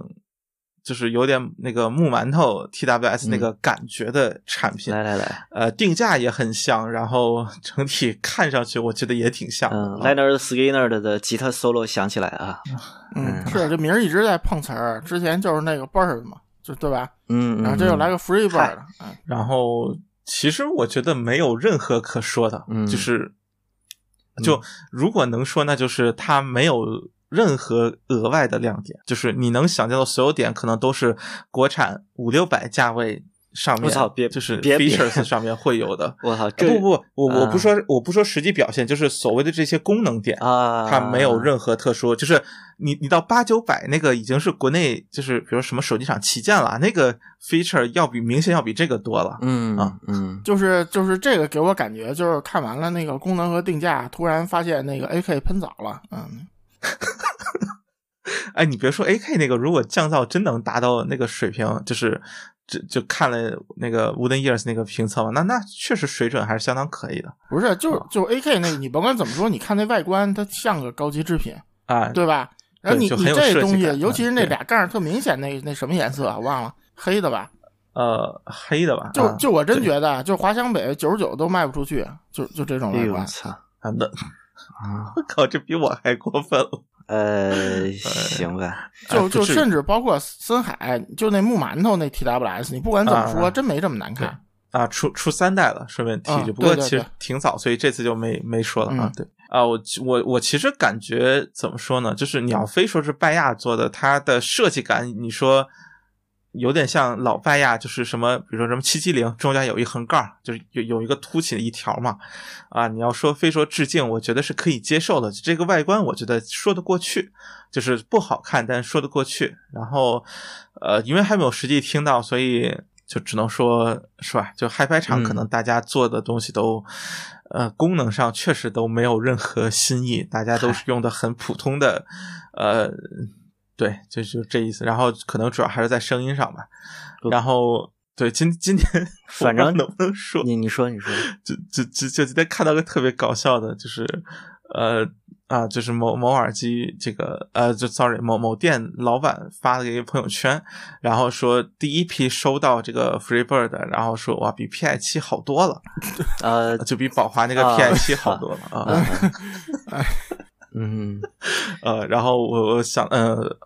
[SPEAKER 2] 就是有点那个木馒头 TWS 那个感觉的产品。
[SPEAKER 1] 嗯来来来，
[SPEAKER 2] 呃，定价也很像，然后整体看上去我觉得也挺像的啊。
[SPEAKER 1] 嗯，Leonard Skinner 的吉他 solo 响起来啊，
[SPEAKER 3] 嗯，
[SPEAKER 1] 嗯
[SPEAKER 3] 是这名儿一直在碰瓷儿，之前就是那个 bird 嘛，就对吧？
[SPEAKER 1] 嗯，
[SPEAKER 3] 然后这又来
[SPEAKER 1] 个，
[SPEAKER 3] 个 free
[SPEAKER 1] 嗨
[SPEAKER 3] bird，嗯，
[SPEAKER 2] 然后其实我觉得没有任何可说的，
[SPEAKER 1] 嗯
[SPEAKER 2] 就是就如果能说，那就是它没有任何额外的亮点，就是你能想象的所有点，可能都是国产五六百价位上面，
[SPEAKER 1] 我操别
[SPEAKER 2] 就是
[SPEAKER 1] 别比
[SPEAKER 2] features 上面会有 的。
[SPEAKER 1] 嗯我操，这
[SPEAKER 2] 不不，我我不
[SPEAKER 1] 啊
[SPEAKER 2] 说、我不说实际表现，就是所谓的这些功能点
[SPEAKER 1] 啊，
[SPEAKER 2] 它没有任何特殊，就是你你到八九百那个已经是国内就是比如什么手机厂旗舰了，那个 feature 要比明显要比这个多了。
[SPEAKER 1] 嗯
[SPEAKER 2] 啊
[SPEAKER 1] 嗯，
[SPEAKER 3] 就是就是这个给我感觉就是看完了那个功能和定价，突然发现那个 AK 喷早了，嗯，
[SPEAKER 2] 哎，你别说 AK 那个，如果降噪真能达到那个水平，就是就就看了那个 Wooden Years 那个评测嘛，那那确实水准还是相当可以的
[SPEAKER 3] 不是，就
[SPEAKER 2] 哦
[SPEAKER 3] 就 AK 那个，你甭管怎么说，你看那外观它像个高级制品，
[SPEAKER 2] 啊。
[SPEAKER 3] 对吧？然后你
[SPEAKER 2] 就
[SPEAKER 3] 你
[SPEAKER 2] 很有设
[SPEAKER 3] 这
[SPEAKER 2] 计
[SPEAKER 3] 东西
[SPEAKER 2] 感，嗯
[SPEAKER 3] 尤其是那
[SPEAKER 2] 对
[SPEAKER 3] 俩杠儿特明显，那那什么颜色啊？忘了，黑的吧？
[SPEAKER 2] 呃，黑的吧，
[SPEAKER 3] 就
[SPEAKER 2] 啊
[SPEAKER 3] 就我真觉得，就华强北九十九都卖不出去，就就这种
[SPEAKER 1] 哎
[SPEAKER 3] 外
[SPEAKER 1] 呦我
[SPEAKER 3] 观。
[SPEAKER 1] 操
[SPEAKER 2] 啊，那
[SPEAKER 1] 啊，
[SPEAKER 2] 我靠，这比我还过分了。
[SPEAKER 1] 呃，行吧，
[SPEAKER 2] 哎
[SPEAKER 3] 就
[SPEAKER 2] 不
[SPEAKER 3] 就
[SPEAKER 2] 至于
[SPEAKER 3] 甚至包括森海，就那木馒头那 TWS，你不管怎么
[SPEAKER 2] 啊
[SPEAKER 3] 说，真没这么难
[SPEAKER 2] 对
[SPEAKER 3] 看。
[SPEAKER 2] 啊，出出三代了，顺便提一句，
[SPEAKER 3] 啊
[SPEAKER 2] 不过
[SPEAKER 3] 对对
[SPEAKER 2] 其实
[SPEAKER 3] 对
[SPEAKER 2] 挺早，所以这次就没没说了啊
[SPEAKER 3] 嗯。
[SPEAKER 2] 对啊，我我我其实感觉怎么说呢，就是你要
[SPEAKER 3] 嗯
[SPEAKER 2] 非说是拜亚做的，它的设计感，你说有点像老拜亚，就是什么，比如说什么七七零中间有一横杠儿，就是有有一个凸起的一条嘛。啊，你要说非说致敬，我觉得是可以接受的，这个外观我觉得说得过去。就是不好看，但说得过去。然后，呃，因为还没有实际听到，所以就只能说是吧？就嗨拍场可
[SPEAKER 1] 嗯
[SPEAKER 2] 能大家做的东西都，呃，功能上确实都没有任何新意，大家都是用的很普通的，呃，对，就就这意思。然后可能主要还是在声音上吧。然后对，今今天
[SPEAKER 1] 反正
[SPEAKER 2] 我不知道能不能说，
[SPEAKER 1] 你你说你说，
[SPEAKER 2] 就就就就今天看到个特别搞笑的，就是呃啊，就是某某耳机这个呃，就 sorry 某某店老板发了一个朋友圈，然后说第一批收到这个 FreeBird，的然后说哇比 PI 七好多了，
[SPEAKER 1] 呃，
[SPEAKER 2] 就比宝华那个
[SPEAKER 1] 啊
[SPEAKER 2] PI 七 好多了啊。
[SPEAKER 1] 嗯，
[SPEAKER 2] 呃，然后我我想呃。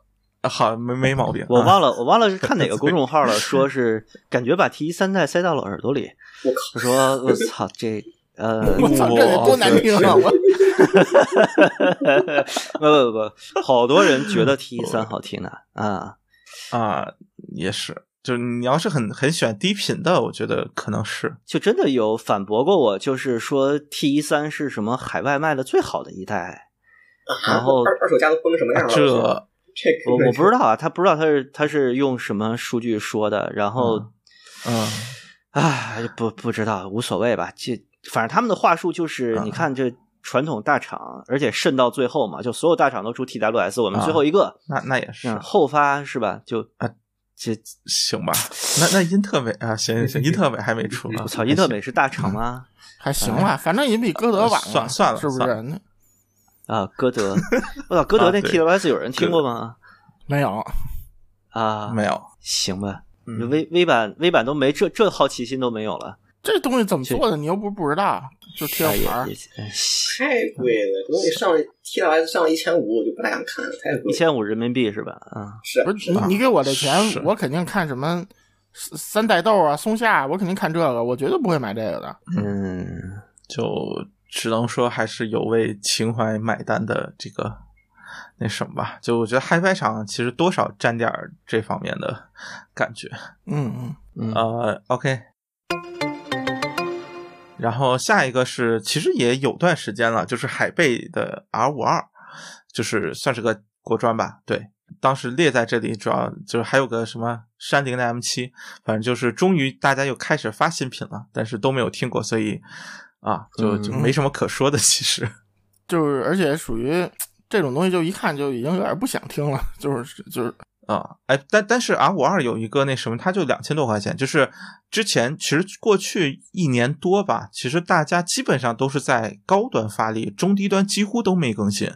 [SPEAKER 2] 好，没没毛病。
[SPEAKER 1] 我
[SPEAKER 2] 啊
[SPEAKER 1] 忘了，我忘了是看哪个公众号了，说是感觉把 T 一三代塞到了耳朵里。
[SPEAKER 5] 我靠，
[SPEAKER 1] 我说我操，这呃，
[SPEAKER 3] 我操，这得多难听啊！我
[SPEAKER 1] 不不不，好多人觉得 T 一三好听呢啊，
[SPEAKER 2] 啊、也是，就是你要是很很喜欢低频的，我觉得可能是
[SPEAKER 1] 就真的有反驳过我，就是说 T 一三是什么海外卖的最好的一代，然后
[SPEAKER 5] 二二手价都崩成什么样了？
[SPEAKER 2] 这
[SPEAKER 5] 这
[SPEAKER 1] 我我不知道啊，他不知道他是他是用什么数据说的，然后
[SPEAKER 2] 嗯
[SPEAKER 1] 唉不不知道无所谓吧，这反正他们的话术就是，
[SPEAKER 2] 嗯
[SPEAKER 1] 你看这传统大厂，而且渗到最后嘛，就所有大厂都出 TWS，我们最后一个，
[SPEAKER 2] 那那啊也是
[SPEAKER 1] 嗯，后发是吧？就
[SPEAKER 2] 啊
[SPEAKER 1] 这
[SPEAKER 2] 行吧。那那英特美啊，行行行，英特美还没嗯出啊。
[SPEAKER 1] 我操，英特美是大厂吗？
[SPEAKER 3] 还行吧，反正也比歌德晚了，
[SPEAKER 2] 哎呃算算了
[SPEAKER 3] 是不
[SPEAKER 2] 算
[SPEAKER 3] 是？
[SPEAKER 1] 啊，歌 德，我操，歌德那
[SPEAKER 2] 啊对
[SPEAKER 1] TWS 有人听过吗？
[SPEAKER 3] 没有，
[SPEAKER 1] 啊，
[SPEAKER 2] 没有，
[SPEAKER 1] 行吧，
[SPEAKER 2] 嗯
[SPEAKER 1] 微微版微版都没这这好奇心都没有了，
[SPEAKER 3] 这东西怎么做的你又不是不知道，就贴
[SPEAKER 1] 啊
[SPEAKER 3] 个
[SPEAKER 1] 也
[SPEAKER 3] 牌儿
[SPEAKER 1] 也哎
[SPEAKER 5] 太贵了，等你上 T L S 上一千五，我就不太想看了，太贵
[SPEAKER 1] 一
[SPEAKER 5] 了。
[SPEAKER 1] 千五人民币是吧？啊，
[SPEAKER 5] 是
[SPEAKER 3] 不是你
[SPEAKER 2] 啊
[SPEAKER 3] 你给我这钱
[SPEAKER 2] 是，
[SPEAKER 3] 我肯定看什么三三代豆啊、松下，我肯定看这个，我绝对不会买这个的。
[SPEAKER 1] 嗯，
[SPEAKER 2] 就只能说还是有为情怀买单的这个那什么吧。就我觉得嗨拍场其实多少沾点儿这方面的感觉。
[SPEAKER 3] 嗯嗯，
[SPEAKER 1] 嗯
[SPEAKER 2] 呃，OK。然后下一个是，其实也有段时间了，就是海贝的 R 五二，就是算是个国专吧，对。当时列在这里，主要就是还有个什么山林的 M 七，反正就是终于大家又开始发新品了，但是都没有听过，所以啊，就就没什么可说的。其实，
[SPEAKER 3] 就是而且属于这种东西，就一看就已经有点不想听了，就是就是
[SPEAKER 2] 啊、哎，但但是 R 五二有一个那什么，它就两千多块钱，就是之前其实过去一年多吧，其实大家基本上都是在高端发力，中低端几乎都没更新，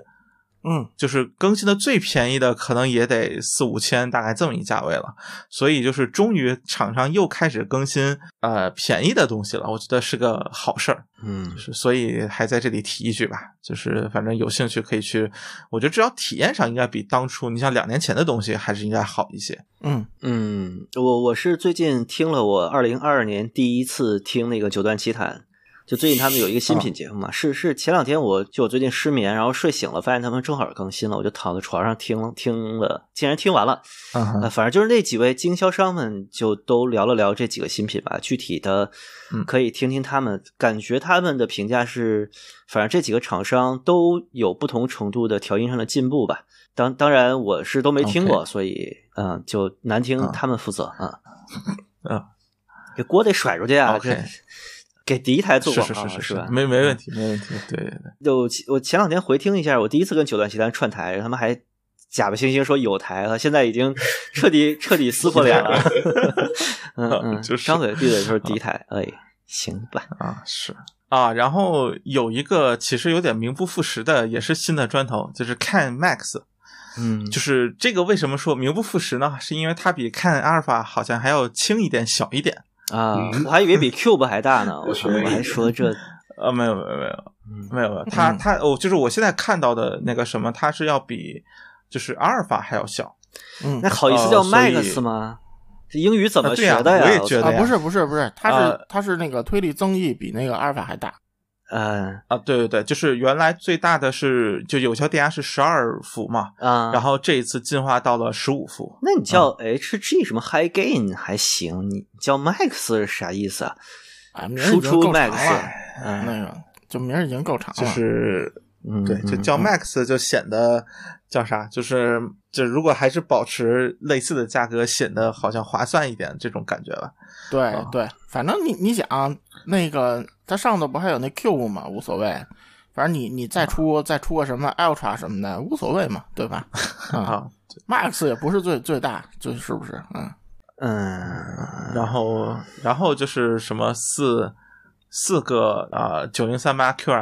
[SPEAKER 3] 嗯，
[SPEAKER 2] 就是更新的最便宜的可能也得四五千，大概这么一价位了。所以就是终于厂商又开始更新呃便宜的东西了，我觉得是个好事儿。
[SPEAKER 1] 嗯
[SPEAKER 2] 是，所以还在这里提一句吧，就是反正有兴趣可以去，我觉得至少体验上应该比当初你像两年前的东西还是应该好一些。
[SPEAKER 3] 嗯
[SPEAKER 1] 嗯，我我是最近听了我二零二二年第一次听那个九段奇谭。就最近他们有一个新品节目嘛，是是前两天我就我最近失眠，然后睡醒了，发现他们正好更新了，我就躺在床上听了听了，竟然听完了，
[SPEAKER 2] 嗯
[SPEAKER 1] 呃，
[SPEAKER 2] 哼，
[SPEAKER 1] 反正就是那几位经销商们就都聊了聊这几个新品吧，具体的
[SPEAKER 2] 嗯
[SPEAKER 1] 可以听听他们，感觉他们的评价是，反正这几个厂商都有不同程度的调音上的进步吧。当当然我是都没听过所以嗯、就难听
[SPEAKER 2] 啊
[SPEAKER 1] 他们负责 啊。
[SPEAKER 2] 啊
[SPEAKER 1] 这锅得甩出去啊
[SPEAKER 2] OK
[SPEAKER 1] 这给第一台做
[SPEAKER 2] 是
[SPEAKER 1] 广
[SPEAKER 2] 是
[SPEAKER 1] 告
[SPEAKER 2] 是
[SPEAKER 1] 是
[SPEAKER 2] 是
[SPEAKER 1] 吧，？嗯
[SPEAKER 2] 没没问题，没问题。对对对，
[SPEAKER 1] 有我前两天回听一下，我第一次跟九段奇谭串台，他们还假不惺惺说有台了，现在已经彻 底彻底撕破脸了。嗯嗯，
[SPEAKER 2] 就是
[SPEAKER 1] 张嘴闭嘴就是第一台，哎，行吧，
[SPEAKER 2] 啊是啊，然后有一个其实有点名不副实的，也是新的砖头，就是 Can Max。
[SPEAKER 1] 嗯
[SPEAKER 2] 就是这个为什么说名不副实呢？是因为它比 Can 阿尔法好像还要轻一点、小一点。
[SPEAKER 1] 啊，
[SPEAKER 2] 嗯
[SPEAKER 1] 我还以为比 Cube 还大呢，我
[SPEAKER 5] 是
[SPEAKER 1] 操我还说这，
[SPEAKER 2] 呃，没有没有没有
[SPEAKER 1] 嗯
[SPEAKER 2] 没有没有，它
[SPEAKER 3] 嗯
[SPEAKER 2] 它哦，就是我现在看到的那个什么，它是要比就是阿尔法还要小。
[SPEAKER 3] 嗯
[SPEAKER 1] 那。好意思
[SPEAKER 2] 哦
[SPEAKER 1] 叫
[SPEAKER 2] 所以
[SPEAKER 1] Max 吗？这英语怎么
[SPEAKER 2] 啊对
[SPEAKER 1] 学
[SPEAKER 2] 呀
[SPEAKER 1] 的
[SPEAKER 2] 我
[SPEAKER 1] 呀
[SPEAKER 2] 也？觉
[SPEAKER 1] 操
[SPEAKER 2] 得
[SPEAKER 3] 啊，
[SPEAKER 2] 呀
[SPEAKER 3] 不是不是不是，它
[SPEAKER 2] 呃
[SPEAKER 3] 是它是那个推力增益比那个阿尔法还大，
[SPEAKER 1] 嗯
[SPEAKER 2] 啊，对对对，就是原来最大的是就有效电压是十二伏嘛，
[SPEAKER 1] 啊，
[SPEAKER 2] 然后这嗯一次进化到了十五伏。
[SPEAKER 1] 那你叫 HG 什么 High Gain 还行，你叫 Max 是啥意思啊？
[SPEAKER 3] 啊，名儿已
[SPEAKER 1] 输
[SPEAKER 3] 经
[SPEAKER 1] 出
[SPEAKER 3] 够长
[SPEAKER 1] Max，
[SPEAKER 3] 了，
[SPEAKER 1] 嗯
[SPEAKER 3] 那个就名儿已经够长了，
[SPEAKER 2] 就是
[SPEAKER 1] 啊嗯，
[SPEAKER 2] 对，就
[SPEAKER 1] 嗯
[SPEAKER 2] 叫
[SPEAKER 1] 嗯
[SPEAKER 2] Max 就显得叫啥，就是就如果还是保持类似的价格，显得好像划算一点这种感觉吧。
[SPEAKER 3] 对
[SPEAKER 2] 啊
[SPEAKER 3] 对，反正你你想那个，它上头不还有那 Q 嘛，无所谓。反正你你再出再出个什么 Ultra 什么的，无所谓嘛，对吧？啊
[SPEAKER 2] 啊，
[SPEAKER 3] ，Max 也不是最最大，最是不是？嗯，
[SPEAKER 1] 嗯，
[SPEAKER 2] 然后然后就是什么四四个啊九零三八 QM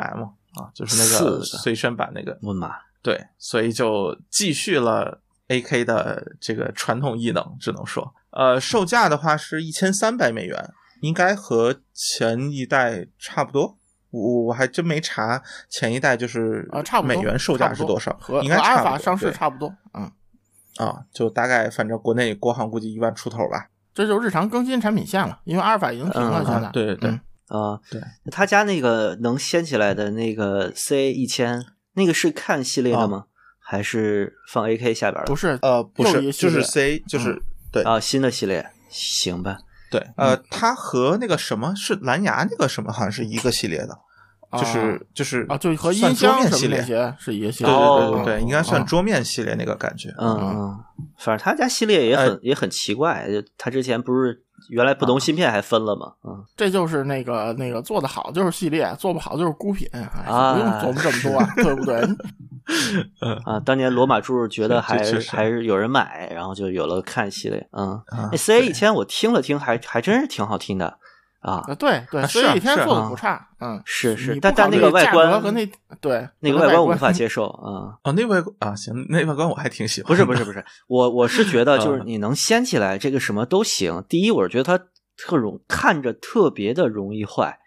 [SPEAKER 2] 啊，就是那
[SPEAKER 1] 四
[SPEAKER 2] 个
[SPEAKER 1] 个
[SPEAKER 2] 随身版那个，
[SPEAKER 1] 问吧，
[SPEAKER 2] 对，所以就继续了 AK 的这个传统异能，只能说，呃，售价的话是一千三百美元，应该和前一代差不多。我我还真没查前一代就是
[SPEAKER 3] 啊，差不多。
[SPEAKER 2] 美元售价
[SPEAKER 3] 差不
[SPEAKER 2] 是
[SPEAKER 3] 多
[SPEAKER 2] 多少，
[SPEAKER 3] 和
[SPEAKER 2] 应
[SPEAKER 3] 和
[SPEAKER 2] 该
[SPEAKER 3] 阿
[SPEAKER 2] 差
[SPEAKER 3] 尔
[SPEAKER 2] 不
[SPEAKER 3] 法
[SPEAKER 2] 多
[SPEAKER 3] 上市
[SPEAKER 2] 对
[SPEAKER 3] 差不多。嗯，
[SPEAKER 2] 啊，就大概反正国内国行估计一万出头吧。
[SPEAKER 3] 这就日常更新产品线了，因为阿尔法已经停了，
[SPEAKER 1] 嗯
[SPEAKER 3] 现在。
[SPEAKER 2] 啊对对对
[SPEAKER 3] 嗯
[SPEAKER 1] 啊，
[SPEAKER 2] 对，
[SPEAKER 1] 他家那个能掀起来的那个 C 一千，那个是看系列的吗？还哦是放 AK 下边
[SPEAKER 3] 不
[SPEAKER 1] 的？
[SPEAKER 3] 是
[SPEAKER 2] 呃，不
[SPEAKER 3] 又
[SPEAKER 2] 是
[SPEAKER 3] 一，系
[SPEAKER 2] 就
[SPEAKER 3] 列嗯
[SPEAKER 2] 是 C，就是、对
[SPEAKER 1] 啊，新的系列，行吧。
[SPEAKER 2] 对，
[SPEAKER 3] 嗯
[SPEAKER 2] 呃，它和那个什么是蓝牙那个什么好像是一个系列的，就是就是
[SPEAKER 3] 啊，就和
[SPEAKER 2] 算
[SPEAKER 3] 音
[SPEAKER 2] 桌
[SPEAKER 3] 箱
[SPEAKER 2] 面
[SPEAKER 3] 什
[SPEAKER 2] 系
[SPEAKER 3] 么那
[SPEAKER 2] 列。
[SPEAKER 3] 些是一个系
[SPEAKER 2] 对
[SPEAKER 3] 列。
[SPEAKER 2] 对对对
[SPEAKER 1] 哦
[SPEAKER 2] 对，应该算
[SPEAKER 3] 啊
[SPEAKER 2] 桌面系列那个感觉。
[SPEAKER 1] 嗯呃嗯，反正他家系列也很、
[SPEAKER 2] 哎
[SPEAKER 1] 也很奇怪，就他之前不是原来不同芯片还分了吗？嗯，
[SPEAKER 3] 这就是那个那个做的好就是系列，做不好就是孤品，哎
[SPEAKER 1] 啊
[SPEAKER 3] 不用琢磨这么 多啊，对不对？
[SPEAKER 1] 啊，当年罗马柱觉得还
[SPEAKER 2] 这确实
[SPEAKER 1] 还是有人买，然后就有了看系列。嗯，
[SPEAKER 2] 啊
[SPEAKER 1] 那 C A 以前我听了听还，还真是挺好听的啊。
[SPEAKER 3] 啊，对对，
[SPEAKER 2] 啊
[SPEAKER 3] 所以
[SPEAKER 2] 是啊
[SPEAKER 3] 一天
[SPEAKER 2] 是啊
[SPEAKER 3] 做的
[SPEAKER 1] 啊
[SPEAKER 3] 不差，嗯，
[SPEAKER 1] 是是
[SPEAKER 3] 你，
[SPEAKER 1] 但
[SPEAKER 3] 不
[SPEAKER 1] 但
[SPEAKER 3] 考
[SPEAKER 1] 那
[SPEAKER 3] 虑
[SPEAKER 1] 个外
[SPEAKER 3] 价格
[SPEAKER 1] 观
[SPEAKER 3] 和那对
[SPEAKER 1] 那个外
[SPEAKER 3] 和观
[SPEAKER 1] 观我无法接受啊、
[SPEAKER 2] 哦，那外观啊，行，那外观我还挺喜欢。
[SPEAKER 1] 不是 不是不是，我我是觉得
[SPEAKER 3] 嗯
[SPEAKER 1] 就是
[SPEAKER 2] 啊
[SPEAKER 1] 你能掀起来这个什么都行。第一，我是觉得它特容看着特别的容易坏，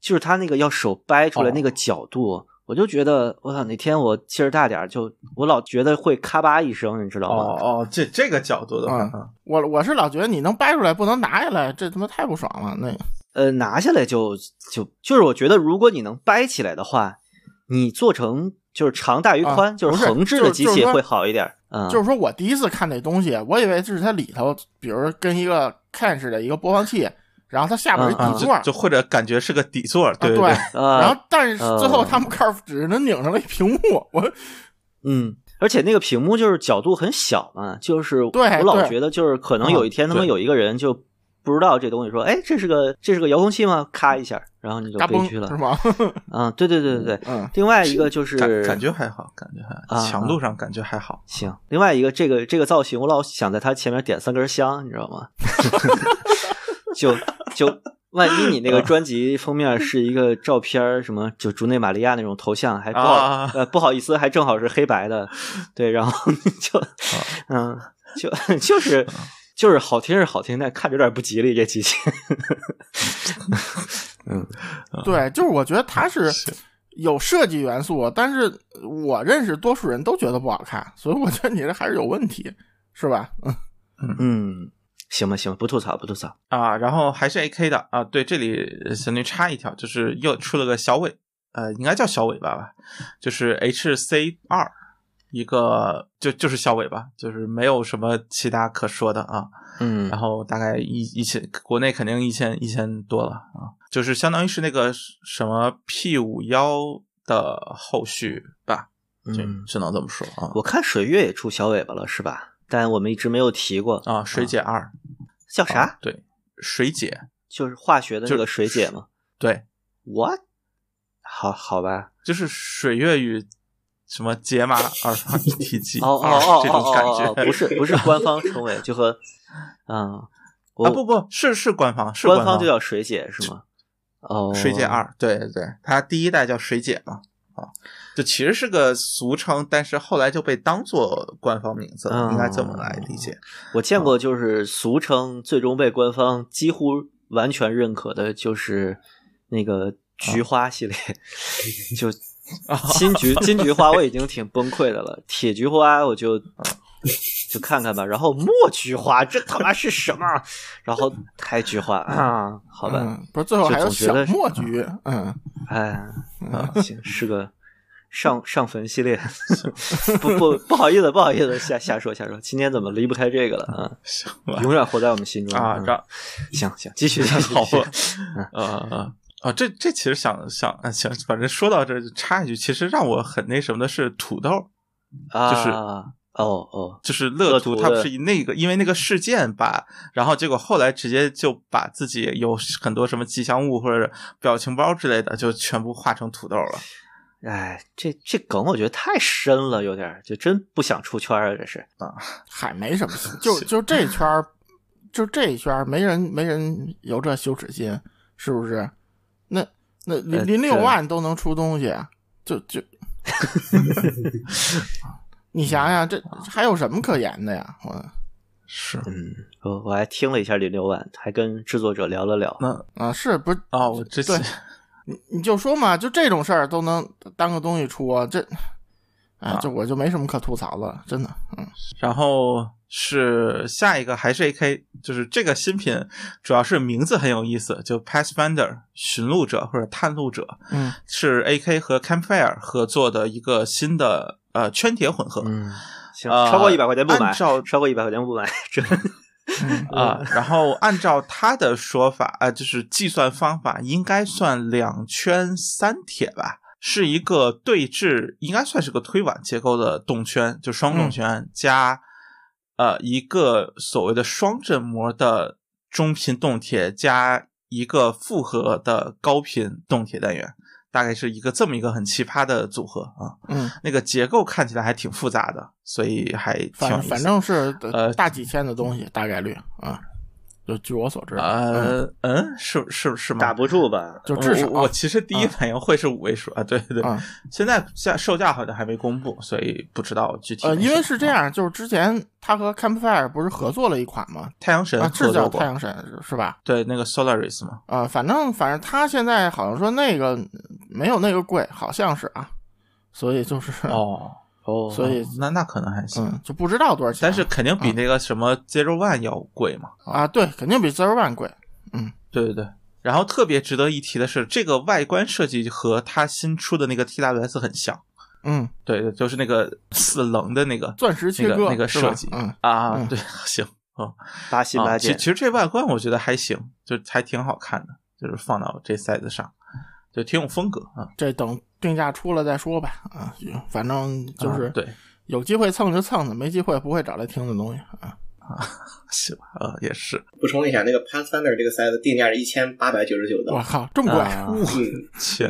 [SPEAKER 1] 就是它那个要手掰出来
[SPEAKER 2] 哦
[SPEAKER 1] 那个角度，我就觉得我操，哪天我劲儿大点儿，就我老觉得会咔吧一声，你知道吗？
[SPEAKER 2] 哦哦，这这个角度的话，啊
[SPEAKER 3] 嗯我我是老觉得你能掰出来不能拿下来，这他妈太不爽了。那
[SPEAKER 1] 呃，拿下来就就就是我觉得，如果你能掰起来的话，你做成就是长大于宽，
[SPEAKER 3] 啊
[SPEAKER 1] 就
[SPEAKER 3] 不是
[SPEAKER 1] 横置
[SPEAKER 3] 就
[SPEAKER 1] 的
[SPEAKER 3] 是
[SPEAKER 1] 机
[SPEAKER 3] 就是
[SPEAKER 1] 器
[SPEAKER 3] 说
[SPEAKER 1] 会好一点儿。嗯，
[SPEAKER 3] 就是说我第一次看那东西，我以为这是它里头，比如跟一个 can 似的一个播放器，然后它下边是
[SPEAKER 1] 嗯嗯
[SPEAKER 3] 底座
[SPEAKER 2] 就，就或者感觉是个底座，对
[SPEAKER 3] 啊
[SPEAKER 2] 对，
[SPEAKER 1] 啊，
[SPEAKER 3] 然后但是最后
[SPEAKER 1] 呃
[SPEAKER 3] 他们告诉只能拧上了一屏幕，我
[SPEAKER 1] 嗯，而且那个屏幕就是角度很小嘛，就是
[SPEAKER 3] 对
[SPEAKER 1] 我老
[SPEAKER 3] 对
[SPEAKER 1] 觉得就是可能有一天他们
[SPEAKER 2] 对
[SPEAKER 1] 有一个人就不知道这东西说，哎，这是个这是个遥控器吗？咔一下，然后你就
[SPEAKER 3] 嘎
[SPEAKER 1] 悲
[SPEAKER 3] 嘣
[SPEAKER 1] 剧了
[SPEAKER 3] 是。吗？
[SPEAKER 1] 啊，对对对对对。
[SPEAKER 3] 嗯，
[SPEAKER 1] 另外一个就是
[SPEAKER 2] 感感觉还好，感觉还好
[SPEAKER 1] 啊
[SPEAKER 2] 强度上感觉还好。
[SPEAKER 1] 行，另外一个这个这个造型，我老想在它前面点三根香，你知道吗？就就万一你那个专辑封面是一个照片儿什么就竹内玛利亚那种头像，还不好、
[SPEAKER 2] 啊
[SPEAKER 1] 呃不好意思，还正好是黑白 的，对，然后你就嗯就 就是就是好听是好听，但看着有点不吉利这机器。
[SPEAKER 3] 对，就是我觉得它啊是
[SPEAKER 2] 是
[SPEAKER 3] 有设计元素，但是我认识多数人都觉得不好看，所以我觉得你这还是有问题，是吧？嗯，
[SPEAKER 1] 嗯，行吧行吧，不吐槽不吐槽。
[SPEAKER 2] 啊，然后还是 AK 的啊，对，这里相当于插一条，就是又出了个小尾，呃，应该叫小尾巴吧，就是 HC 二，一个就就是小尾巴，就是没有什么其他可说的啊。
[SPEAKER 1] 嗯
[SPEAKER 2] 然后大概一一千，国内肯定一千一千多了啊，就是相当于是那个什么 P 五幺的后续吧，就
[SPEAKER 1] 嗯，
[SPEAKER 2] 只能这么说啊。
[SPEAKER 1] 我看水月也出小尾巴了是吧？但我们一直没有提过
[SPEAKER 2] 啊，水解二
[SPEAKER 1] 叫啥？
[SPEAKER 2] 啊对，水解
[SPEAKER 1] 就是化学的那个水解吗
[SPEAKER 2] 对，
[SPEAKER 1] ？What？好好吧，
[SPEAKER 2] 就是水月与什么解码二 方一体机
[SPEAKER 1] 哦哦
[SPEAKER 2] 二
[SPEAKER 1] 哦
[SPEAKER 2] 这
[SPEAKER 1] 哦
[SPEAKER 2] 种感
[SPEAKER 1] 哦哦，
[SPEAKER 2] 觉，
[SPEAKER 1] 不是不是官方称谓，就 和嗯，我
[SPEAKER 2] 啊，不不是是官方是
[SPEAKER 1] 官
[SPEAKER 2] 方
[SPEAKER 1] 方就叫水解是吗？哦，
[SPEAKER 2] 水解，二，对对对，它第一代叫水解嘛。啊，就其实是个俗称，但是后来就被当做官方名字了，应该这么来理解。
[SPEAKER 1] 我见过就是俗称最终被官方几乎完全认可的，就是那个菊花系列，就
[SPEAKER 2] 啊
[SPEAKER 1] 金菊金菊花我已经挺崩溃的了，铁菊花我 就就看看吧，然后墨菊花这他妈是什么？啊然后胎菊花啊，好吧，
[SPEAKER 3] 嗯，不是最后还有
[SPEAKER 1] 就总觉
[SPEAKER 3] 小
[SPEAKER 1] 得是啊
[SPEAKER 3] 墨菊，嗯，
[SPEAKER 1] 哎，
[SPEAKER 2] 嗯
[SPEAKER 1] 行，是个 上上坟系列，不不不好意思，不好意思，瞎瞎说瞎说，今天怎么离不开这个了啊？
[SPEAKER 2] 行嗯吧
[SPEAKER 1] 永远活在我们心中
[SPEAKER 2] 啊，
[SPEAKER 1] 嗯
[SPEAKER 2] 让
[SPEAKER 1] 行行，继续继续，
[SPEAKER 2] 好
[SPEAKER 1] 继续
[SPEAKER 2] 吧，呃，啊、嗯这这其实想想啊想，反正说到这儿就插一句，其实让我很那什么的是土豆，
[SPEAKER 1] 啊，
[SPEAKER 2] 就是
[SPEAKER 1] 哦哦，
[SPEAKER 2] 就是乐
[SPEAKER 1] 乐
[SPEAKER 2] 图，
[SPEAKER 1] 图
[SPEAKER 2] 他不
[SPEAKER 1] 的
[SPEAKER 2] 是以那个因为那个事件把，然后结果后来直接就把自己有很多什么吉祥物或者表情包之类的，就全部画成土豆了。
[SPEAKER 1] 哎，这这梗我觉得太深了，有点儿就真不想出圈儿，这是。
[SPEAKER 3] 嗨，没什么，就就这圈儿，就这一圈儿，没人没人有这羞耻心，是不是？那那
[SPEAKER 1] 呃
[SPEAKER 3] 零零六
[SPEAKER 1] 这
[SPEAKER 3] 万都能出东西，啊就 就，你想想，这还有什么可言的呀？我
[SPEAKER 2] 是
[SPEAKER 1] 嗯，我我还听了一下林六万，还跟制作者聊了聊。
[SPEAKER 3] 啊，是不是？
[SPEAKER 2] 啊、我之前
[SPEAKER 3] 对你你就说嘛，就这种事儿都能当个东西出啊，这，哎
[SPEAKER 2] 啊，
[SPEAKER 3] 这我就没什么可吐槽的，真的。嗯，
[SPEAKER 2] 然后是下一个还是 AK，就是这个新品主要是名字很有意思，就 Pathfinder 寻路者或者探路者，
[SPEAKER 3] 嗯，
[SPEAKER 2] 是 AK 和 Campfire 合作的一个新的呃圈铁混合。
[SPEAKER 1] 嗯，行，
[SPEAKER 2] 呃
[SPEAKER 1] 超过一百块钱不买，
[SPEAKER 2] 按照
[SPEAKER 1] 超过一百块钱不买， 这
[SPEAKER 2] 啊、 然后按照他的说法啊、呃就是计算方法应该算两圈三铁吧，是一个对峙，应该算是个推挽结构的动圈，就双
[SPEAKER 3] 嗯
[SPEAKER 2] 动圈、加呃一个所谓的双振膜的中频动铁加一个复合的高频动铁单元，大概是一个这么一个很奇葩的组合啊。
[SPEAKER 3] 嗯，
[SPEAKER 2] 那个结构看起来还挺复杂的，所以还挺有意
[SPEAKER 3] 反
[SPEAKER 2] 思
[SPEAKER 3] 反正是
[SPEAKER 2] 呃
[SPEAKER 3] 大几千的东西，大概率啊。就据我所知，嗯
[SPEAKER 2] 呃嗯，是是是吗？
[SPEAKER 1] 打不住吧？
[SPEAKER 3] 就至少
[SPEAKER 2] 嗯我我其实第一反应会是五位数啊，对对对
[SPEAKER 3] 啊，
[SPEAKER 2] 现在价售价好像还没公布，所以不知道具体。
[SPEAKER 3] 呃，因为是这，
[SPEAKER 2] 啊
[SPEAKER 3] 样，就是之前他和 Campfire 不是合作了一款吗？
[SPEAKER 2] 太阳神
[SPEAKER 3] 啊，
[SPEAKER 2] 合
[SPEAKER 3] 是叫
[SPEAKER 2] 作
[SPEAKER 3] 太
[SPEAKER 2] 过，
[SPEAKER 3] 阳神是是吧？
[SPEAKER 2] 对那个 Solaris 嘛，
[SPEAKER 3] 啊、反正反正他现在好像说那个没有那个贵，好像是啊，所以就是，
[SPEAKER 2] 哦，
[SPEAKER 1] 哦，
[SPEAKER 3] 所以
[SPEAKER 2] 那那可能还行，
[SPEAKER 3] 嗯嗯，就嗯不知道多少钱。
[SPEAKER 2] 但是肯定比那个什么 Zero One 要贵嘛，
[SPEAKER 3] 啊，对，肯定比 Zero One 贵。
[SPEAKER 2] 对对对。然后特别值得一提的是，这个外观设计和它新出的那个 TWS 很像，
[SPEAKER 3] 嗯，
[SPEAKER 2] 对对，就是那个四棱的那个
[SPEAKER 3] 钻石切
[SPEAKER 2] 那
[SPEAKER 3] 割
[SPEAKER 2] 个那个
[SPEAKER 3] 是吧
[SPEAKER 2] 设计
[SPEAKER 3] 嗯
[SPEAKER 2] 啊，
[SPEAKER 3] 嗯
[SPEAKER 2] 对， 行哦，
[SPEAKER 1] 八心
[SPEAKER 2] 啊，
[SPEAKER 1] 八
[SPEAKER 2] 其
[SPEAKER 1] 箭
[SPEAKER 2] 其，实这外观我觉得还行，就还挺好看的，就是放到这塞子上，就挺有风格啊。
[SPEAKER 3] 这等定价出了再说吧。啊，反正就是、
[SPEAKER 2] 啊对，
[SPEAKER 3] 有机会蹭就蹭蹭，没机会不会找来听的东西啊。
[SPEAKER 2] 行啊，也是，
[SPEAKER 5] 补充一下，那个 Pathfinder 这个塞子定价是一千八百九十九的
[SPEAKER 3] 我，靠，这么贵，
[SPEAKER 1] 啊
[SPEAKER 5] 嗯，
[SPEAKER 2] 钱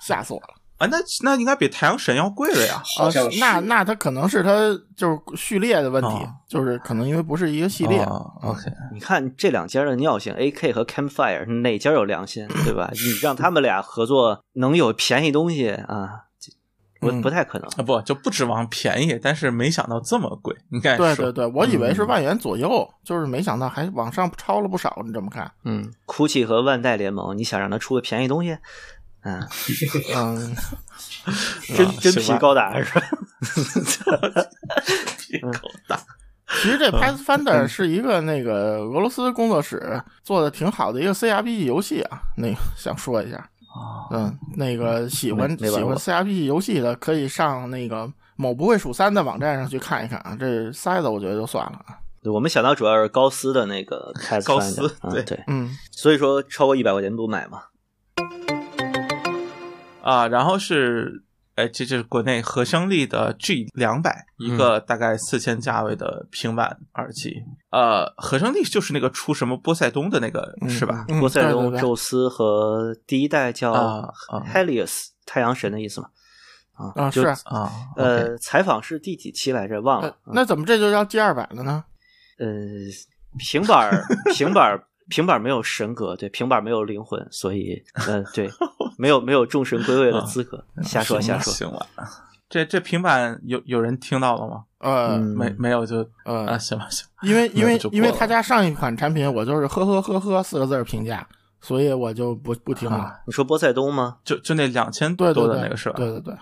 [SPEAKER 3] 吓死我了！
[SPEAKER 2] 啊，那那应该比太阳神要贵了呀。
[SPEAKER 5] 好像
[SPEAKER 3] 啊
[SPEAKER 5] 是。
[SPEAKER 3] 那那它可能是它就是序列的问题，
[SPEAKER 2] 哦
[SPEAKER 3] 就是可能因为不是一个系列。
[SPEAKER 2] 哦、，OK，
[SPEAKER 1] 你看这两家的尿性，AK 和 Campfire 哪家有良心，对吧？你让他们俩合作能有便宜东西啊？这不
[SPEAKER 3] 嗯
[SPEAKER 1] 不太可能。
[SPEAKER 2] 啊不就不指望便宜，但是没想到这么贵，应该
[SPEAKER 3] 对
[SPEAKER 2] 说
[SPEAKER 3] 对对，我以为是万元左右，就是没想到还往上超了不少。你这么看，
[SPEAKER 1] 嗯，GUCCI 和万代联盟，你想让他出个便宜东西？嗯，
[SPEAKER 3] 嗯，
[SPEAKER 1] 真
[SPEAKER 2] 啊
[SPEAKER 1] 真
[SPEAKER 2] 行
[SPEAKER 1] 皮
[SPEAKER 2] 吧
[SPEAKER 1] 高 达是吧？
[SPEAKER 2] 别
[SPEAKER 3] 嗯
[SPEAKER 2] 搞大。
[SPEAKER 3] 其实这
[SPEAKER 2] 嗯
[SPEAKER 3] Pathfinder 是一个那个俄罗斯工作室做的挺好的一个 CRPG 游戏啊，那个想说一下，
[SPEAKER 2] 哦
[SPEAKER 3] 嗯，那个喜欢
[SPEAKER 1] 没没玩
[SPEAKER 3] 喜欢
[SPEAKER 1] 过
[SPEAKER 3] CRPG 游戏的可以上那个某不会数三的网站上去看一看啊，这塞子我觉得就算了啊，
[SPEAKER 1] 我们想到主要是高斯的那个 Pathfinder，
[SPEAKER 2] 高斯
[SPEAKER 1] 啊
[SPEAKER 2] 对
[SPEAKER 1] 对，
[SPEAKER 3] 嗯，
[SPEAKER 1] 所以说超过一百块钱不买嘛。
[SPEAKER 2] 啊，然后是，哎，这就是国内合声力的 G 两百，一个大概四千价位的平板耳机。呃，合声力就是那个出什么波塞冬的那个、
[SPEAKER 3] 嗯
[SPEAKER 2] 是吧？
[SPEAKER 3] 嗯
[SPEAKER 1] 波塞冬、
[SPEAKER 3] 对对对
[SPEAKER 1] 宙斯和第一代叫
[SPEAKER 2] 啊啊
[SPEAKER 1] Helios、太阳神的意思嘛？
[SPEAKER 3] 啊
[SPEAKER 1] 就是
[SPEAKER 3] 啊
[SPEAKER 2] 啊，
[SPEAKER 1] 呃，采访是第几期来着？忘
[SPEAKER 3] 呃
[SPEAKER 1] 了。啊
[SPEAKER 2] 嗯
[SPEAKER 3] 那怎么这就叫 G 二百了呢？
[SPEAKER 1] 呃，平板儿平板儿平板儿没有神格，对，平板儿没有灵魂，所以呃，对，没有没有众神归位的资格。
[SPEAKER 3] 嗯
[SPEAKER 1] 瞎说瞎说。
[SPEAKER 2] 啊行吧。这这平板有有人听到了吗？
[SPEAKER 3] 呃、
[SPEAKER 1] 嗯
[SPEAKER 2] 没没有就啊，
[SPEAKER 3] 呃，
[SPEAKER 2] 行吧行吧。
[SPEAKER 3] 因为因为
[SPEAKER 2] 那就过
[SPEAKER 3] 因为
[SPEAKER 2] 了
[SPEAKER 3] 他家上一款产品我就是呵呵呵呵四个字儿评价，所以我就不不听了
[SPEAKER 2] 啊，
[SPEAKER 1] 你说波塞冬吗？
[SPEAKER 2] 就就那两千
[SPEAKER 3] 对对
[SPEAKER 2] 多
[SPEAKER 3] 对
[SPEAKER 2] 的那个是吧？
[SPEAKER 3] 对对对，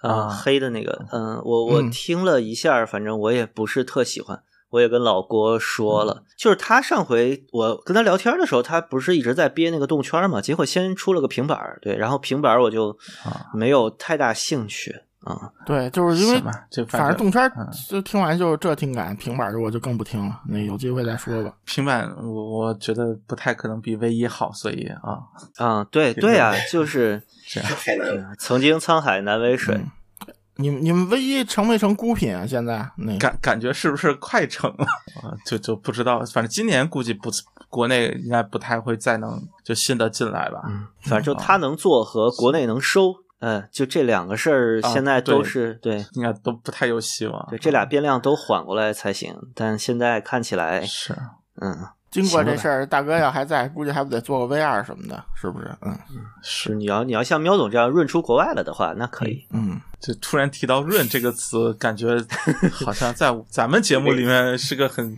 [SPEAKER 1] 啊、
[SPEAKER 2] 啊
[SPEAKER 1] 黑的那个，嗯，我我
[SPEAKER 3] 嗯
[SPEAKER 1] 听了一下，反正我也不是特喜欢。我也跟老郭说
[SPEAKER 2] 嗯
[SPEAKER 1] 了，就是他上回我跟他聊天的时候，他不是一直在憋那个动圈嘛，结果先出了个平板儿，对，然后平板儿我就
[SPEAKER 2] 啊
[SPEAKER 1] 没有太大兴趣。啊、
[SPEAKER 3] 对，就是因为
[SPEAKER 2] 行吧这
[SPEAKER 3] 反正动
[SPEAKER 2] 动
[SPEAKER 3] 圈
[SPEAKER 2] 嗯
[SPEAKER 3] 就听完就是这听感，平板儿我就更不听了，那有机会再说吧。
[SPEAKER 2] 平板我我觉得不太可能比 V 一好，所以啊，
[SPEAKER 1] 啊，对对啊， 就是嗯
[SPEAKER 2] 这样
[SPEAKER 5] 太难了。
[SPEAKER 1] 曾经沧海难为水，
[SPEAKER 2] 嗯
[SPEAKER 3] 你们你们唯一成没成孤品啊？现在那个
[SPEAKER 2] 感感觉是不是快成了啊？就就不知道，反正今年估计不国内应该不太会再能就新的进来吧。
[SPEAKER 1] 嗯，反正就他能做和国内能收，嗯，就这两个事儿
[SPEAKER 2] 啊
[SPEAKER 1] 现在
[SPEAKER 2] 对
[SPEAKER 1] 都是对
[SPEAKER 2] 应该都不太有希望。
[SPEAKER 1] 对这俩变量都缓过来才行，但现在看起来，
[SPEAKER 2] 是
[SPEAKER 1] 嗯，
[SPEAKER 3] 经过
[SPEAKER 2] 行
[SPEAKER 3] 这
[SPEAKER 2] 了
[SPEAKER 3] 事儿，大哥要还在，估计还不得做个 VR 什么的，是不是？嗯
[SPEAKER 1] 就是
[SPEAKER 2] 是，
[SPEAKER 1] 你要你要像喵总这样润出国外了的话，那可以，
[SPEAKER 3] 嗯，
[SPEAKER 2] 就突然提到“润”这个词，感觉好像在 咱们节目里面是个很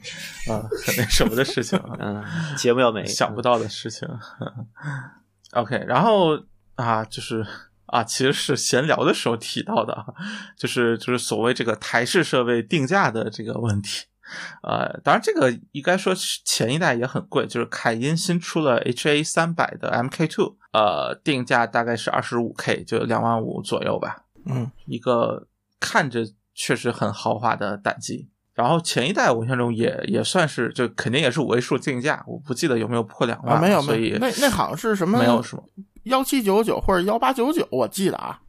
[SPEAKER 2] 啊、很那什么的事情 啊，
[SPEAKER 1] 嗯，节目要没
[SPEAKER 2] 想不到的事情。OK，然后啊，就是啊，其实是闲聊的时候提到的，啊，就是就是所谓这个台式设备定价的这个问题。呃，当然，这个应该说是前一代也很贵，就是凯因新出了 HA 三百的 MK Two，呃，定价大概是二十五 K，就两万五左右吧。
[SPEAKER 3] 嗯，
[SPEAKER 2] 一个看着确实很豪华的单机。然后前一代我印象中也也算是，就肯定也是位数定价，我不记得有没有破两万、
[SPEAKER 3] 啊，没有
[SPEAKER 2] 所
[SPEAKER 3] 没
[SPEAKER 2] 以
[SPEAKER 3] 有，那那好像是什么
[SPEAKER 2] 没有什么
[SPEAKER 3] 幺七九九或者幺八九九，我记得啊，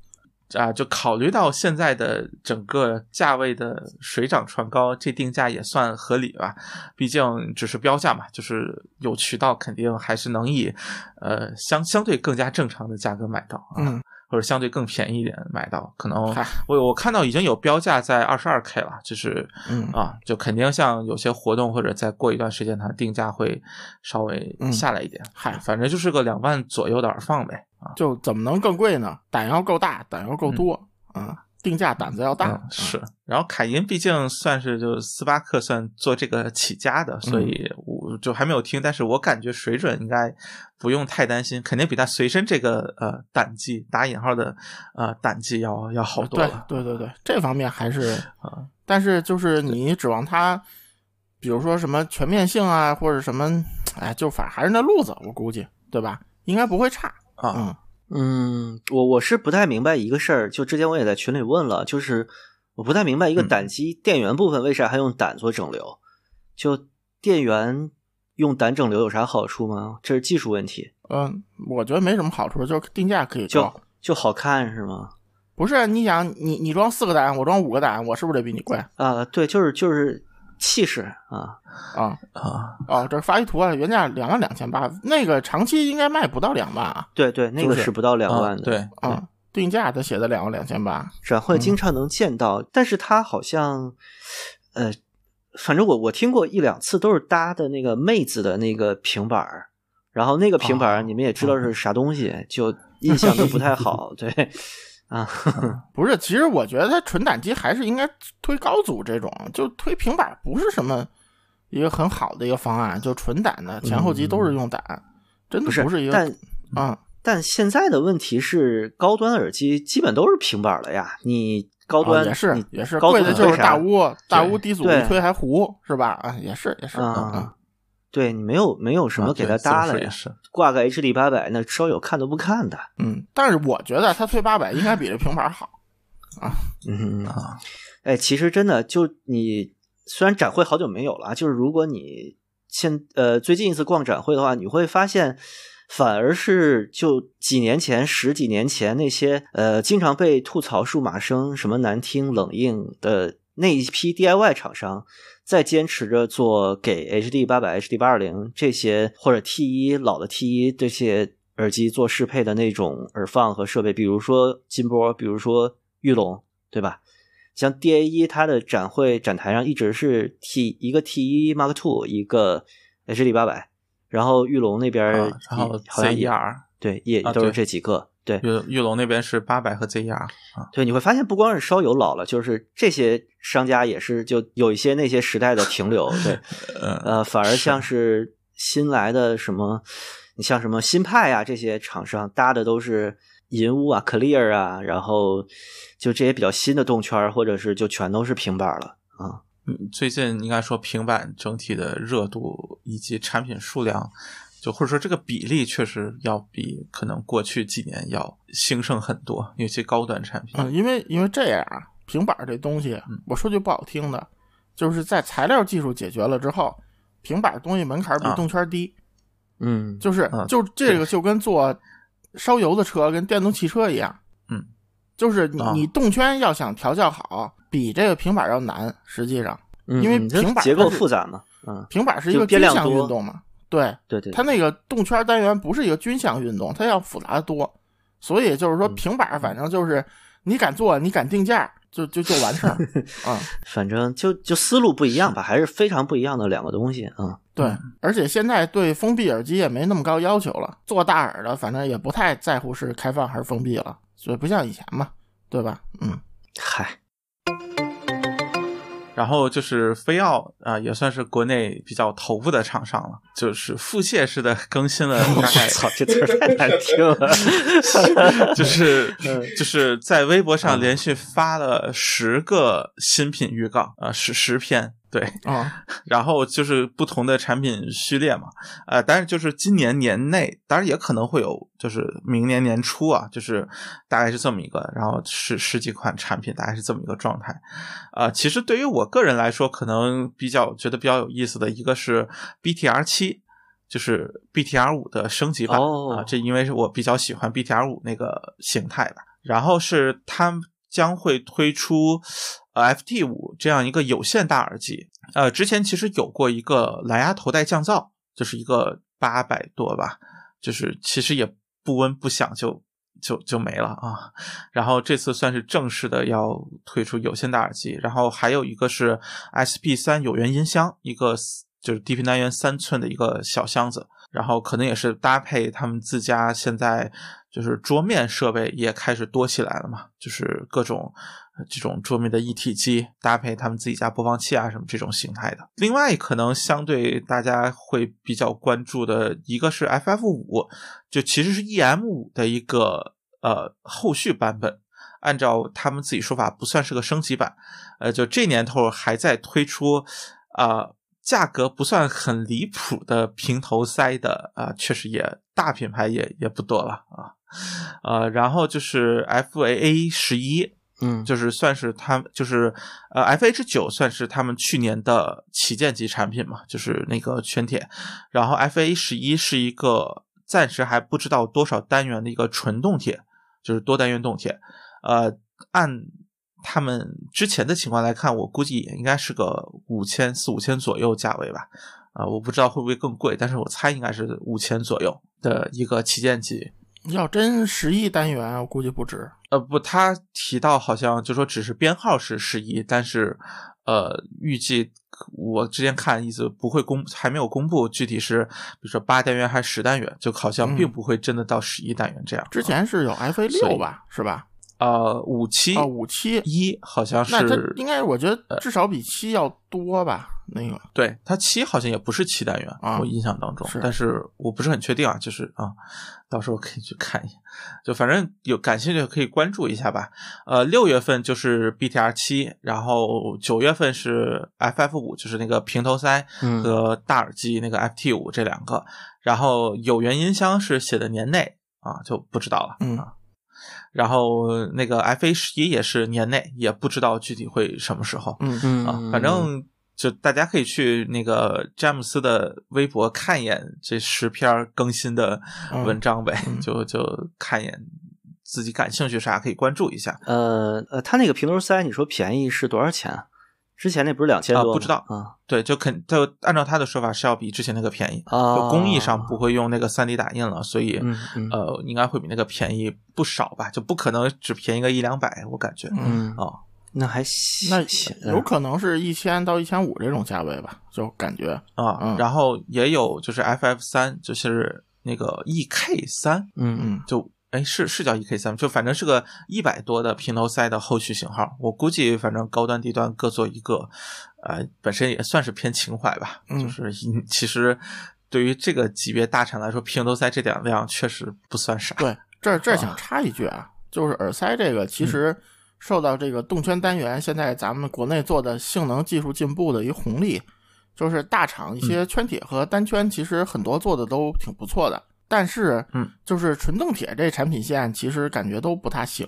[SPEAKER 2] 啊，就考虑到现在的整个价位的水涨船高，这定价也算合理吧。毕竟只是标价嘛，就是有渠道肯定还是能以呃相相对更加正常的价格买到啊，
[SPEAKER 3] 嗯
[SPEAKER 2] 或者相对更便宜一点买到。可能
[SPEAKER 3] 嗨
[SPEAKER 2] 我我看到已经有标价在二十二 K 了，就是
[SPEAKER 3] 嗯
[SPEAKER 2] 啊，就肯定像有些活动或者再过一段时间，它定价会稍微
[SPEAKER 3] 嗯
[SPEAKER 2] 下来一点。
[SPEAKER 3] 嗨
[SPEAKER 2] 反正就是个两万左右的耳放呗啊。
[SPEAKER 3] 就怎么能更贵呢？胆要够大，胆要够多啊、定价胆子要大。啊
[SPEAKER 2] 嗯、是，然后凯因毕竟算是就斯巴克算做这个起家的，所
[SPEAKER 1] 嗯
[SPEAKER 2] 以我就还没有听，但是我感觉水准应该不用太担心，肯定比他随身这个呃胆机打引号的呃胆机要要好多
[SPEAKER 3] 对
[SPEAKER 2] 了。
[SPEAKER 3] 对对对，这方面还是
[SPEAKER 2] 啊，
[SPEAKER 3] 但是就是你指望它，比如说什么全面性啊，或者什么，哎，就反正还是那路子，我估计，对吧？应该不会差。
[SPEAKER 2] 啊
[SPEAKER 3] 嗯
[SPEAKER 1] 嗯，我我是不太明白一个事儿，就之前我也在群里问了，就是我不太明白一个
[SPEAKER 2] 嗯
[SPEAKER 1] 胆机电源部分为啥还用胆做整流？就电源用胆整流有啥好处吗？这是技术问题，
[SPEAKER 3] 嗯，我觉得没什么好处，就是定价可以
[SPEAKER 1] 就、
[SPEAKER 3] 高。
[SPEAKER 1] 就好看是吗？
[SPEAKER 3] 不是啊你想你你装四个胆，我装五个胆，我是不是得比你贵
[SPEAKER 1] 啊，对，就是就是气势啊，
[SPEAKER 3] 啊？
[SPEAKER 2] 啊，
[SPEAKER 3] 哦，这发一图啊，原价两万两千八，那个长期应该卖不到两万啊
[SPEAKER 1] 对对，那
[SPEAKER 3] 就
[SPEAKER 1] 个
[SPEAKER 3] 是
[SPEAKER 1] 是不到两万
[SPEAKER 2] 啊
[SPEAKER 1] 的，
[SPEAKER 2] 对，
[SPEAKER 3] 啊，定价它写的两万两千八，
[SPEAKER 1] 展会
[SPEAKER 3] 嗯
[SPEAKER 1] 经常能见到，但是它好像，呃，反正我我听过一两次都是搭的那个妹子的那个平板儿，然后那个平
[SPEAKER 3] 哦
[SPEAKER 1] 板儿你们也知道
[SPEAKER 3] 嗯
[SPEAKER 1] 是啥东西，就印象都不太 好，对，啊，
[SPEAKER 3] 不是，其实我觉得它纯胆机还是应该推高阻这种，就推平板不是什么一个很好的一个方案，就纯胆的前后级都是用胆，真的
[SPEAKER 1] 不是，
[SPEAKER 3] 是一个
[SPEAKER 1] 但
[SPEAKER 3] 啊、
[SPEAKER 1] 但现在的问题是，高端耳机基本都是平板儿了呀，你高端、
[SPEAKER 3] 啊也是
[SPEAKER 1] 你
[SPEAKER 3] 也是
[SPEAKER 1] 高
[SPEAKER 3] 贵
[SPEAKER 1] 端
[SPEAKER 3] 的就是
[SPEAKER 1] 为啥
[SPEAKER 3] 大屋大屋低阻
[SPEAKER 1] 对
[SPEAKER 3] 一推还糊是吧？啊，也是也是
[SPEAKER 1] 啊、
[SPEAKER 3] 嗯
[SPEAKER 1] 对你没有没有什么
[SPEAKER 2] 啊
[SPEAKER 1] 给
[SPEAKER 2] 对
[SPEAKER 1] 它搭
[SPEAKER 2] 自
[SPEAKER 1] 了
[SPEAKER 2] 由式
[SPEAKER 1] 呀
[SPEAKER 2] 也，是
[SPEAKER 1] 挂个 HD 八百那稍有看都不看的，
[SPEAKER 3] 嗯，但是我觉得它推八百应该比这平板好，
[SPEAKER 1] 嗯啊
[SPEAKER 2] 啊，
[SPEAKER 1] 哎，其实真的就你，虽然展会好久没有了啊，就是如果你现呃最近一次逛展会的话，你会发现，反而是就几年前、十几年前那些呃经常被吐槽数码声什么难听、冷硬的那一批 DIY 厂商，在坚持着做给 HD 八百、HD 八二零这些或者 T 一老的 T 一这些耳机做适配的那种耳放和设备，比如说金波，比如说玉龙，对吧？像 DA 一，它的展会展台上一直是 T 一个 T 一 Mark Two，一个 HD 八百，然后玉龙那边
[SPEAKER 2] 啊
[SPEAKER 1] 儿
[SPEAKER 2] 然后
[SPEAKER 1] 哎好像
[SPEAKER 2] Z
[SPEAKER 1] 也
[SPEAKER 2] E R
[SPEAKER 1] 对也
[SPEAKER 2] 啊
[SPEAKER 1] 都是
[SPEAKER 2] 对
[SPEAKER 1] 这几个，对
[SPEAKER 2] 玉玉龙那边是八百和 Z E R 啊，
[SPEAKER 1] 对，你会发现不光是烧友老了，就是这些商家也是就有一些那些时代的停留， 对，
[SPEAKER 2] 呃
[SPEAKER 1] 呃，反而像是新来的什么，你像什么新派啊这些厂商搭的都是银屋啊、Clear 啊，然后就这些比较新的动圈儿，或者是就全都是平板儿了啊、
[SPEAKER 2] 嗯最近应该说平板整体的热度以及产品数量，就或者说这个比例确实要比可能过去几年要兴盛很多，尤其高端产品。
[SPEAKER 3] 嗯，因为因为这样啊，平板儿这东西，
[SPEAKER 1] 嗯
[SPEAKER 3] 我说句不好听的，就是在材料技术解决了之后，平板儿东西门槛儿比
[SPEAKER 2] 啊
[SPEAKER 3] 动圈儿低，
[SPEAKER 1] 嗯，
[SPEAKER 3] 就是
[SPEAKER 2] 啊
[SPEAKER 3] 就这
[SPEAKER 2] 对
[SPEAKER 3] 个就跟坐烧油的车跟电动汽车一样，
[SPEAKER 2] 嗯，
[SPEAKER 3] 就是你、
[SPEAKER 2] 啊
[SPEAKER 3] 你动圈要想调教好，比这个平板儿要难，实际上
[SPEAKER 1] 嗯
[SPEAKER 3] 因为
[SPEAKER 1] 嗯这
[SPEAKER 3] 平板
[SPEAKER 1] 结构
[SPEAKER 3] 它是
[SPEAKER 1] 复杂嘛，嗯，
[SPEAKER 3] 平板儿是一个
[SPEAKER 1] 就变
[SPEAKER 3] 均
[SPEAKER 1] 量
[SPEAKER 3] 项
[SPEAKER 1] 多
[SPEAKER 3] 运动嘛，对，
[SPEAKER 1] 对对，
[SPEAKER 3] 它那个动圈单元不是一个均项运动，它要复杂得多。所以就是说，
[SPEAKER 1] 嗯
[SPEAKER 3] 平板儿反正就是你敢做，你敢定价，就就就完 事儿啊、
[SPEAKER 1] 反正就就思路不一样吧，还是非常不一样的两个东西啊。
[SPEAKER 3] 对，
[SPEAKER 2] 嗯
[SPEAKER 3] 而且现在对封闭耳机也没那么高要求了，做大耳的反正也不太在乎是开放还是封闭了，所以不像以前嘛，对吧？嗯，
[SPEAKER 1] 嗨，
[SPEAKER 2] 然后就是飞奥啊、也算是国内比较头部的厂商了，就是腹泻式的更新了
[SPEAKER 1] 我
[SPEAKER 2] 大概
[SPEAKER 1] 操，这词儿太难听了。
[SPEAKER 2] 就是
[SPEAKER 1] 嗯
[SPEAKER 2] 就是在微博上连续发了十个新品预告啊，十十篇。对，
[SPEAKER 3] 啊、
[SPEAKER 2] 然后就是不同的产品序列嘛，呃，但是就是今年年内，当然也可能会有，就是明年年初啊，就是大概是这么一个，然后十十几款产品，大概是这么一个状态。呃，其实对于我个人来说，可能比较觉得比较有意思的一个是 BTR 七。就是 BTR 五的升级版、
[SPEAKER 1] 哦
[SPEAKER 2] 啊，这因为是我比较喜欢 BTR 五那个形态吧。然后是它将会推出呃 FT 五这样一个有线大耳机，呃，之前其实有过一个蓝牙头戴降噪，就是一个八百多吧，就是其实也不温不响就就就没了啊。然后这次算是正式的要推出有线大耳机，然后还有一个是 SP 三有源音箱，一个就是 DP 单元三寸的一个小箱子，然后可能也是搭配他们自家现在就是桌面设备也开始多起来了嘛，就是各种呃这种桌面的一体机搭配他们自己家播放器啊什么这种形态的。另外，可能相对大家会比较关注的一个是 FF 五，就其实是 EM 五的一个呃后续版本。按照他们自己说法，不算是个升级版，呃，就这年头还在推出，呃，价格不算很离谱的平头塞的啊、呃确实也大品牌也也不多了啊，呃，然后就是 FAA 十一，
[SPEAKER 1] 嗯，
[SPEAKER 2] 就是算是他们就是呃 FH 九算是他们去年的旗舰级产品嘛，就是那个圈铁，然后 FA 十一是一个暂时还不知道多少单元的一个纯动铁，就是多单元动铁，呃，按他们之前的情况来看，我估计也应该是个五千四五千左右价位吧。啊、我不知道会不会更贵，但是我猜应该是五千左右的一个旗舰级
[SPEAKER 3] 要真十亿单元，我估计不止。
[SPEAKER 2] 呃，不，他提到好像就说只是编号是十一，但是呃，预计我之前看意思不会公，还没有公布具体是，比如说八单元还是十单元，就好像并
[SPEAKER 3] 嗯
[SPEAKER 2] 不会真的到十一单元这样。
[SPEAKER 3] 之前是有 FA
[SPEAKER 2] 所
[SPEAKER 3] 六
[SPEAKER 2] 以
[SPEAKER 3] 吧，是吧？
[SPEAKER 2] 呃，五七
[SPEAKER 3] 啊，五七，
[SPEAKER 2] 一好像
[SPEAKER 3] 那它
[SPEAKER 2] 是呃
[SPEAKER 3] 应该我觉得至少比七要多吧？那个
[SPEAKER 2] 对，它七好像也不是七单元，
[SPEAKER 3] 啊
[SPEAKER 2] 我印象当中，
[SPEAKER 3] 是
[SPEAKER 2] 但是我不是很确定啊，就是啊，到时候可以去看一下，就反正有感兴趣的可以关注一下吧。呃，六月份就是 BTR 七，然后九月份是 FF 五，就是那个平头塞
[SPEAKER 1] 嗯
[SPEAKER 2] 和大耳机那个 FT 五这两个，然后有源音箱是写的年内啊，就不知道了。
[SPEAKER 3] 嗯
[SPEAKER 2] 啊然后那个 FA 十一也是年内，也不知道具体会什么时候。
[SPEAKER 3] 嗯
[SPEAKER 1] 嗯
[SPEAKER 2] 啊，反正就大家可以去那个詹姆斯的微博看一眼这十篇儿更新的文章呗，
[SPEAKER 3] 嗯嗯
[SPEAKER 2] 就就看一眼，自己感兴趣啥可以关注一下。
[SPEAKER 1] 呃呃，它那个平头塞，你说便宜是多少钱啊？之前那不是两千
[SPEAKER 2] 啊
[SPEAKER 1] 多吗？
[SPEAKER 2] 不知道
[SPEAKER 1] 啊
[SPEAKER 2] 对，就肯就按照他的说法是要比之前那个便宜，就
[SPEAKER 1] 啊，
[SPEAKER 2] 呃工艺
[SPEAKER 3] 哦
[SPEAKER 2] 上不会用那个3 D 打印了，所以、
[SPEAKER 1] 嗯嗯
[SPEAKER 2] 呃应该会比那个便宜不少吧，就不可能只便宜个一两百，我感觉。
[SPEAKER 3] 嗯。
[SPEAKER 1] 嗯
[SPEAKER 2] 哦，
[SPEAKER 1] 那还行，
[SPEAKER 3] 那
[SPEAKER 1] 行
[SPEAKER 3] 有可能是一千到一千五这种价位吧，就感觉
[SPEAKER 2] 啊，
[SPEAKER 3] 嗯
[SPEAKER 2] 然后也有就是 FF 三，就是那个 EK 三，
[SPEAKER 1] 嗯
[SPEAKER 3] 嗯
[SPEAKER 2] 就哎是是叫 EK 三，就反正是个一百多的平头塞的后续型号。我估计反正高端低端各做一个，呃，本身也算是偏情怀吧。
[SPEAKER 3] 嗯
[SPEAKER 2] 就是一其实对于这个级别大厂来说，平头塞这点量确实不算啥。
[SPEAKER 3] 对。这儿这儿想插一句啊，就是耳塞这个其实受到这个动圈单元现在咱们国内做的性能技术进步的一个红利，就是大厂一
[SPEAKER 1] 嗯
[SPEAKER 3] 些圈铁和单圈，其实很多做的都挺不错的，但是，
[SPEAKER 2] 嗯，
[SPEAKER 3] 就是纯动铁这产品线，其实感觉都不大行，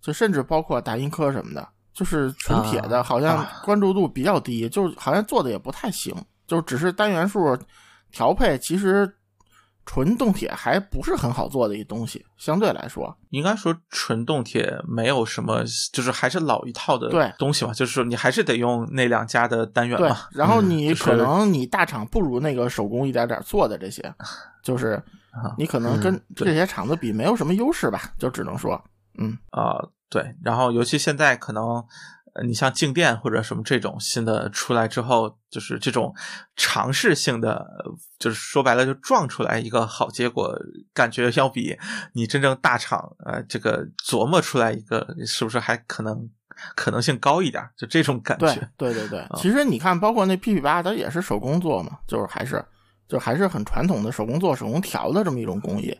[SPEAKER 3] 就甚至包括达音科什么的，就是纯铁的，
[SPEAKER 1] 啊
[SPEAKER 3] 好像关注度比较低，就好像做的也不太行，就只是单元数调配，其实纯动铁还不是很好做的一东西，相对来说，
[SPEAKER 2] 应该说纯动铁没有什么，就是还是老一套
[SPEAKER 3] 对
[SPEAKER 2] 的东西嘛，就是说你还是得用那两家的单 元
[SPEAKER 3] 对
[SPEAKER 2] 嘛，，
[SPEAKER 3] 然后
[SPEAKER 2] 嗯
[SPEAKER 3] 你
[SPEAKER 2] 就是
[SPEAKER 3] 可能你大厂不如那个手工一点点做的这些，就是你可能跟
[SPEAKER 2] 对
[SPEAKER 3] 这些厂子比没有什么优势吧，就只能说，嗯，
[SPEAKER 2] 啊、对，然后尤其现在可能，呃你像静电或者什么这种新的出来之后，就是这种尝试性的，呃就是说白了就撞出来一个好结果，感觉要比你真正大厂呃这个琢磨出来一个是不是还可能可能性高一点，就这种感
[SPEAKER 3] 对嗯
[SPEAKER 2] 觉。
[SPEAKER 3] 对对对，其实你看，包括那 PP 八，它也是手工做嘛，就是还是就还是很传统的手工做、手工调的这么一种工艺，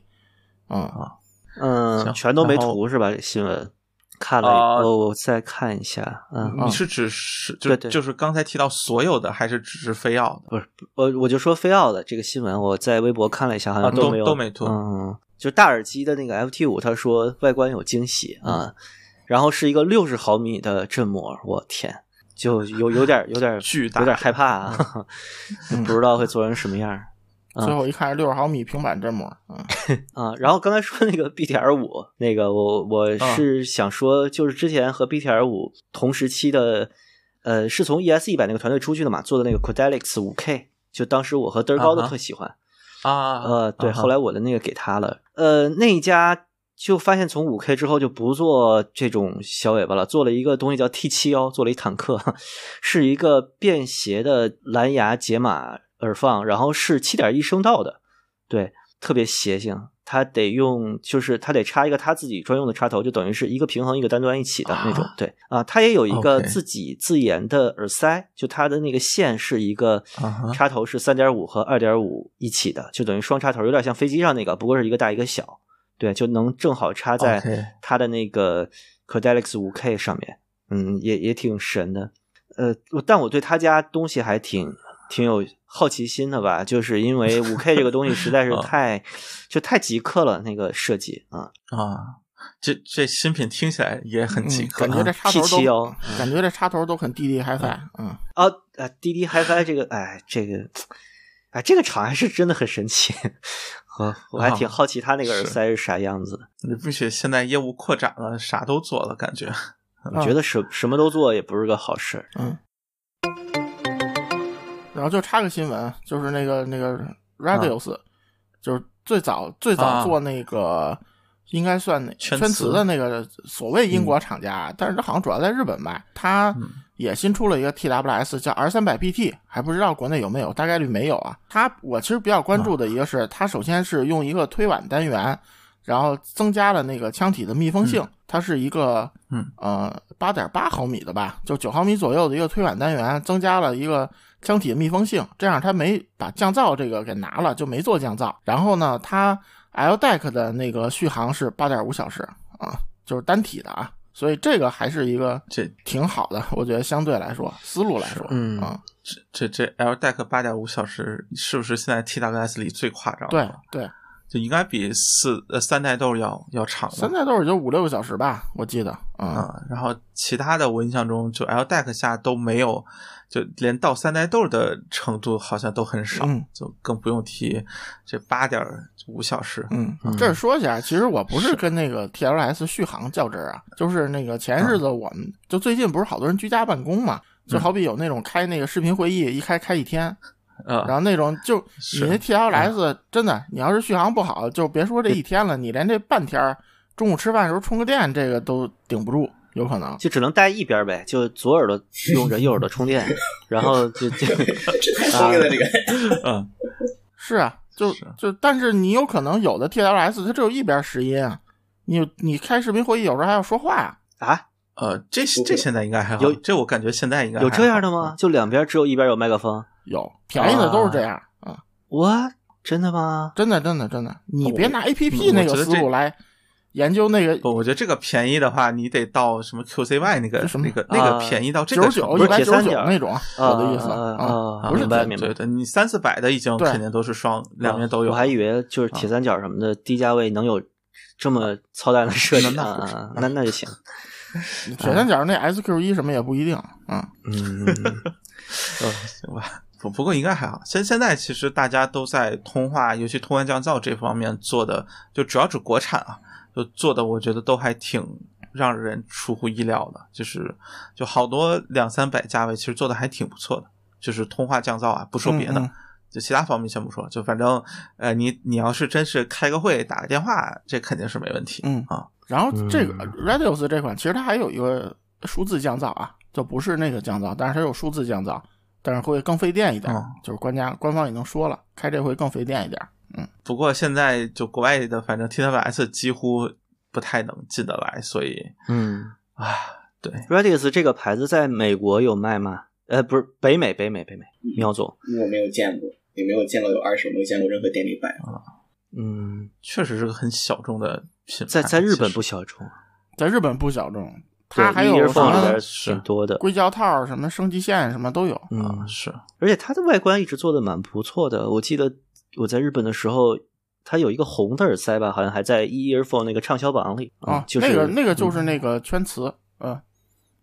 [SPEAKER 3] 嗯，
[SPEAKER 2] 行
[SPEAKER 1] 嗯，全都没
[SPEAKER 2] 然后
[SPEAKER 1] 图是吧？这新闻看了，
[SPEAKER 2] 啊
[SPEAKER 1] 我我再看一下，嗯，
[SPEAKER 2] 你是指是就
[SPEAKER 1] 对对
[SPEAKER 2] 就是刚才提到所有的，还是只是非要的？
[SPEAKER 1] 我我就说菲奥的这个新闻，我在微博看了一下，好
[SPEAKER 2] 啊
[SPEAKER 1] 像
[SPEAKER 2] 都
[SPEAKER 1] 没有、
[SPEAKER 2] 都没图
[SPEAKER 1] 嗯，就大耳机的那个 FT 五，他说外观有惊喜啊、然后是一个六十毫米的振膜，我天，就有有点有点
[SPEAKER 2] 巨大
[SPEAKER 1] 有点害怕啊， 不知道会做成什么样儿
[SPEAKER 3] 最后一看是六十毫米平板振膜，嗯，
[SPEAKER 1] 啊、然后刚才说那个 BTR 五，那个我我
[SPEAKER 2] 啊
[SPEAKER 1] 是想说，就是之前和 BTR 五同时期的，呃，是从 ES 一百那个团队出去的嘛，做的那个 Codelix 五 K，就当时我和嘚儿高都
[SPEAKER 2] 啊哈
[SPEAKER 1] 特喜欢。
[SPEAKER 2] 啊
[SPEAKER 1] 呃，对，
[SPEAKER 2] 啊哈
[SPEAKER 1] 后来我的那个给他了。呃，那一家就发现从五 K 之后就不做这种小尾巴了，做了一个东西叫 T 七幺，做了一坦克， 是一个便携的蓝牙解码耳放，然后是七点一声道的，对，特别邪性。它得用，就是它得插一个它自己专用的插头，就等于是一个平衡一个单端一起的那种。
[SPEAKER 2] 啊
[SPEAKER 1] 对啊，它也有一个
[SPEAKER 2] OK
[SPEAKER 1] 自己自研的耳塞，就它的那个线是一个
[SPEAKER 2] 啊哈
[SPEAKER 1] 插头是三点五和二点五一起的，就等于双插头，有点像飞机上那个，不过是一个大一个小。对，就能正好插
[SPEAKER 2] OK
[SPEAKER 1] 在它的那个 Codelix 五 K 上面。嗯，也也挺神的。呃，我但我对他家东西还挺挺有好奇心的吧，就是因为五 K 这个东西实在 是
[SPEAKER 2] 啊
[SPEAKER 1] 太、就太极客了，那个设计啊，
[SPEAKER 2] 啊，这这新品听起来也很极
[SPEAKER 3] 嗯
[SPEAKER 2] 客、
[SPEAKER 3] 感觉这插头
[SPEAKER 1] 七七
[SPEAKER 3] 都
[SPEAKER 1] 幺
[SPEAKER 3] 感觉这插头都很滴滴 HiFi，嗯，
[SPEAKER 1] 啊啊，滴滴 HiFi 这个，哎，这个，哎，这个厂还是真的很神奇，我我还挺
[SPEAKER 2] 啊
[SPEAKER 1] 好奇他那个耳
[SPEAKER 2] 是
[SPEAKER 1] 塞是啥样子的。
[SPEAKER 2] 你并且现在业务扩展了，啥都做了，感觉。
[SPEAKER 1] 我觉得什什么都做也不是个好事儿。
[SPEAKER 3] 然后就插个新闻，就是那个那个 Radius，、就是最早最
[SPEAKER 2] 啊
[SPEAKER 3] 早做那个、应该算那
[SPEAKER 2] 圈嗯
[SPEAKER 3] 圈
[SPEAKER 2] 磁
[SPEAKER 3] 磁的那个所谓英国厂家，但是它好像主要在日本卖。它
[SPEAKER 2] 嗯
[SPEAKER 3] 也新出了一个 TWS 叫 R 三百 PT，还不知道国内有没有，大概率没有啊。它我其实比较关注
[SPEAKER 2] 啊
[SPEAKER 3] 的一个是，它首先是用一个推挽单元，然后增加了那个腔体的密封性，它是一个
[SPEAKER 2] 嗯
[SPEAKER 3] 呃八点八毫米的吧，就九毫米左右的一个推挽单元，增加了一个腔体的密封性，这样它没把降噪这个给拿了，就没做降噪。然后呢，它 L DAC 的那个续航是八点五小时啊，就是单体的啊，所以这个还是一个
[SPEAKER 2] 这
[SPEAKER 3] 挺好的，我觉得相对来说思路来说，
[SPEAKER 1] 嗯
[SPEAKER 3] 啊
[SPEAKER 2] 这这 L DAC 八点五小时是不是现在 TWS 里最夸张？
[SPEAKER 3] 对，对，
[SPEAKER 2] 就应该比四呃三代豆要要长吧
[SPEAKER 3] 三代豆也就五六个小时吧，我记得啊，
[SPEAKER 2] 啊、然后其他的我印象中，就 L DAC 下都没有，就连到三代豆的程度好像都很少，
[SPEAKER 3] 嗯
[SPEAKER 2] 就更不用提这八点五小时。
[SPEAKER 3] 嗯，这儿说一下，其实我不是跟那个 TLS 续航较真儿啊，就是那个前日子我们、就最近不是好多人居家办公嘛，就好比有那种开那个视频会议，一开开一天，然
[SPEAKER 2] 呃，
[SPEAKER 3] 后那种就你
[SPEAKER 2] 是
[SPEAKER 3] 那 TLS 真的，你要是续航不好，就别说这一天了，你连这半天儿中午吃饭的时候充个电，这个都顶不住，有可能。
[SPEAKER 1] 就只能带一边儿呗，就左耳朵用着，右耳朵充电，然后就就
[SPEAKER 5] 这太聪明了，这个
[SPEAKER 2] 嗯，
[SPEAKER 3] 是啊，就是就但是你有可能有的 TLS 它只有一边拾音啊，你你开视频会议有时候还要说话啊，
[SPEAKER 1] 啊，
[SPEAKER 2] 呃，这这现在应该还好，
[SPEAKER 1] 有
[SPEAKER 2] 这我感觉现在应该
[SPEAKER 1] 有
[SPEAKER 2] 还
[SPEAKER 1] 这样
[SPEAKER 2] 好嗯
[SPEAKER 1] 的吗？就两边只有一边有麦克风？
[SPEAKER 3] 有便宜的都是这样啊、
[SPEAKER 1] 我真的吗？哦
[SPEAKER 3] 真的真的真的，你别拿 A P P
[SPEAKER 2] 嗯
[SPEAKER 3] 那
[SPEAKER 2] 我
[SPEAKER 3] 个
[SPEAKER 2] 觉得
[SPEAKER 3] 思
[SPEAKER 2] 这
[SPEAKER 3] 路来研究那个
[SPEAKER 2] 不，我觉得这个便宜的话，你得到什么 QCY 那个
[SPEAKER 3] 什么
[SPEAKER 2] 那个那个
[SPEAKER 1] 啊
[SPEAKER 2] 便宜到这
[SPEAKER 3] 九
[SPEAKER 2] 个
[SPEAKER 3] 十
[SPEAKER 2] 程
[SPEAKER 3] 九
[SPEAKER 2] 度。
[SPEAKER 3] 一
[SPEAKER 1] 不
[SPEAKER 3] 百
[SPEAKER 1] 是
[SPEAKER 3] 九十
[SPEAKER 1] 铁
[SPEAKER 3] 九
[SPEAKER 1] 三角
[SPEAKER 3] 那种，
[SPEAKER 1] 啊
[SPEAKER 3] 我的意思
[SPEAKER 1] 啊啊啊
[SPEAKER 3] 不是
[SPEAKER 1] 明白
[SPEAKER 3] 铁
[SPEAKER 1] 明白啊
[SPEAKER 2] 对的，你三四百的已经
[SPEAKER 3] 对
[SPEAKER 2] 肯定都是双两边都有。
[SPEAKER 1] 我还以为就是铁三角什么的，低价位能有这么操蛋的设计啊啊，啊那那就行。
[SPEAKER 3] 铁三角那 SQ 一什么也不一定，嗯，
[SPEAKER 1] 嗯，
[SPEAKER 2] 呃，行吧。不不过应该还好，现现在其实大家都在通话，尤其通话降噪这方面做的，就主要指国产啊，就做的我觉得都还挺让人出乎意料的，就是就好多两三百价位其实做的还挺不错的，就是通话降噪啊，不说别的，
[SPEAKER 3] 嗯嗯
[SPEAKER 2] 就其他方面先不说，就反正呃你你要是真是开个会打个电话，这肯定是没问题，
[SPEAKER 3] 嗯
[SPEAKER 2] 啊，
[SPEAKER 3] 然后这个
[SPEAKER 1] 嗯
[SPEAKER 3] Radius 这款，其实它还有一个数字降噪啊，就不是那个降噪，但是它有数字降噪，但是会更费电一点。
[SPEAKER 2] 哦
[SPEAKER 3] 就是官家官方已经说了，开这回更费电一点。
[SPEAKER 2] 不过现在就国外的反正 TWS 几乎不太能进得来，所以
[SPEAKER 1] 嗯
[SPEAKER 2] 啊对。
[SPEAKER 1] ，Redis 这个牌子在美国有卖吗？呃，不是，北美，北美，北美，苗总。
[SPEAKER 5] 我没有见过，也没有见过有二手，没有见过任何店里摆。
[SPEAKER 1] 嗯，
[SPEAKER 2] 确实是个很小众的品牌，
[SPEAKER 3] 哎
[SPEAKER 1] 在在日本不
[SPEAKER 2] 行。
[SPEAKER 1] 小众，啊
[SPEAKER 3] 在日本不小众，它
[SPEAKER 1] 对，
[SPEAKER 3] 还有啊什
[SPEAKER 1] 凤里边
[SPEAKER 3] 么
[SPEAKER 2] 是
[SPEAKER 1] 挺多的。
[SPEAKER 3] 硅胶套、什么升级线什么都有。
[SPEAKER 1] 嗯，
[SPEAKER 2] 啊是
[SPEAKER 1] 而且它的外观一直做的蛮不错的。我记得我在日本的时候，它有一个红的耳塞吧，好像还在 earphone 那个畅销榜里
[SPEAKER 3] 啊
[SPEAKER 1] 嗯，就是
[SPEAKER 3] 那个那个就是那个圈磁，嗯，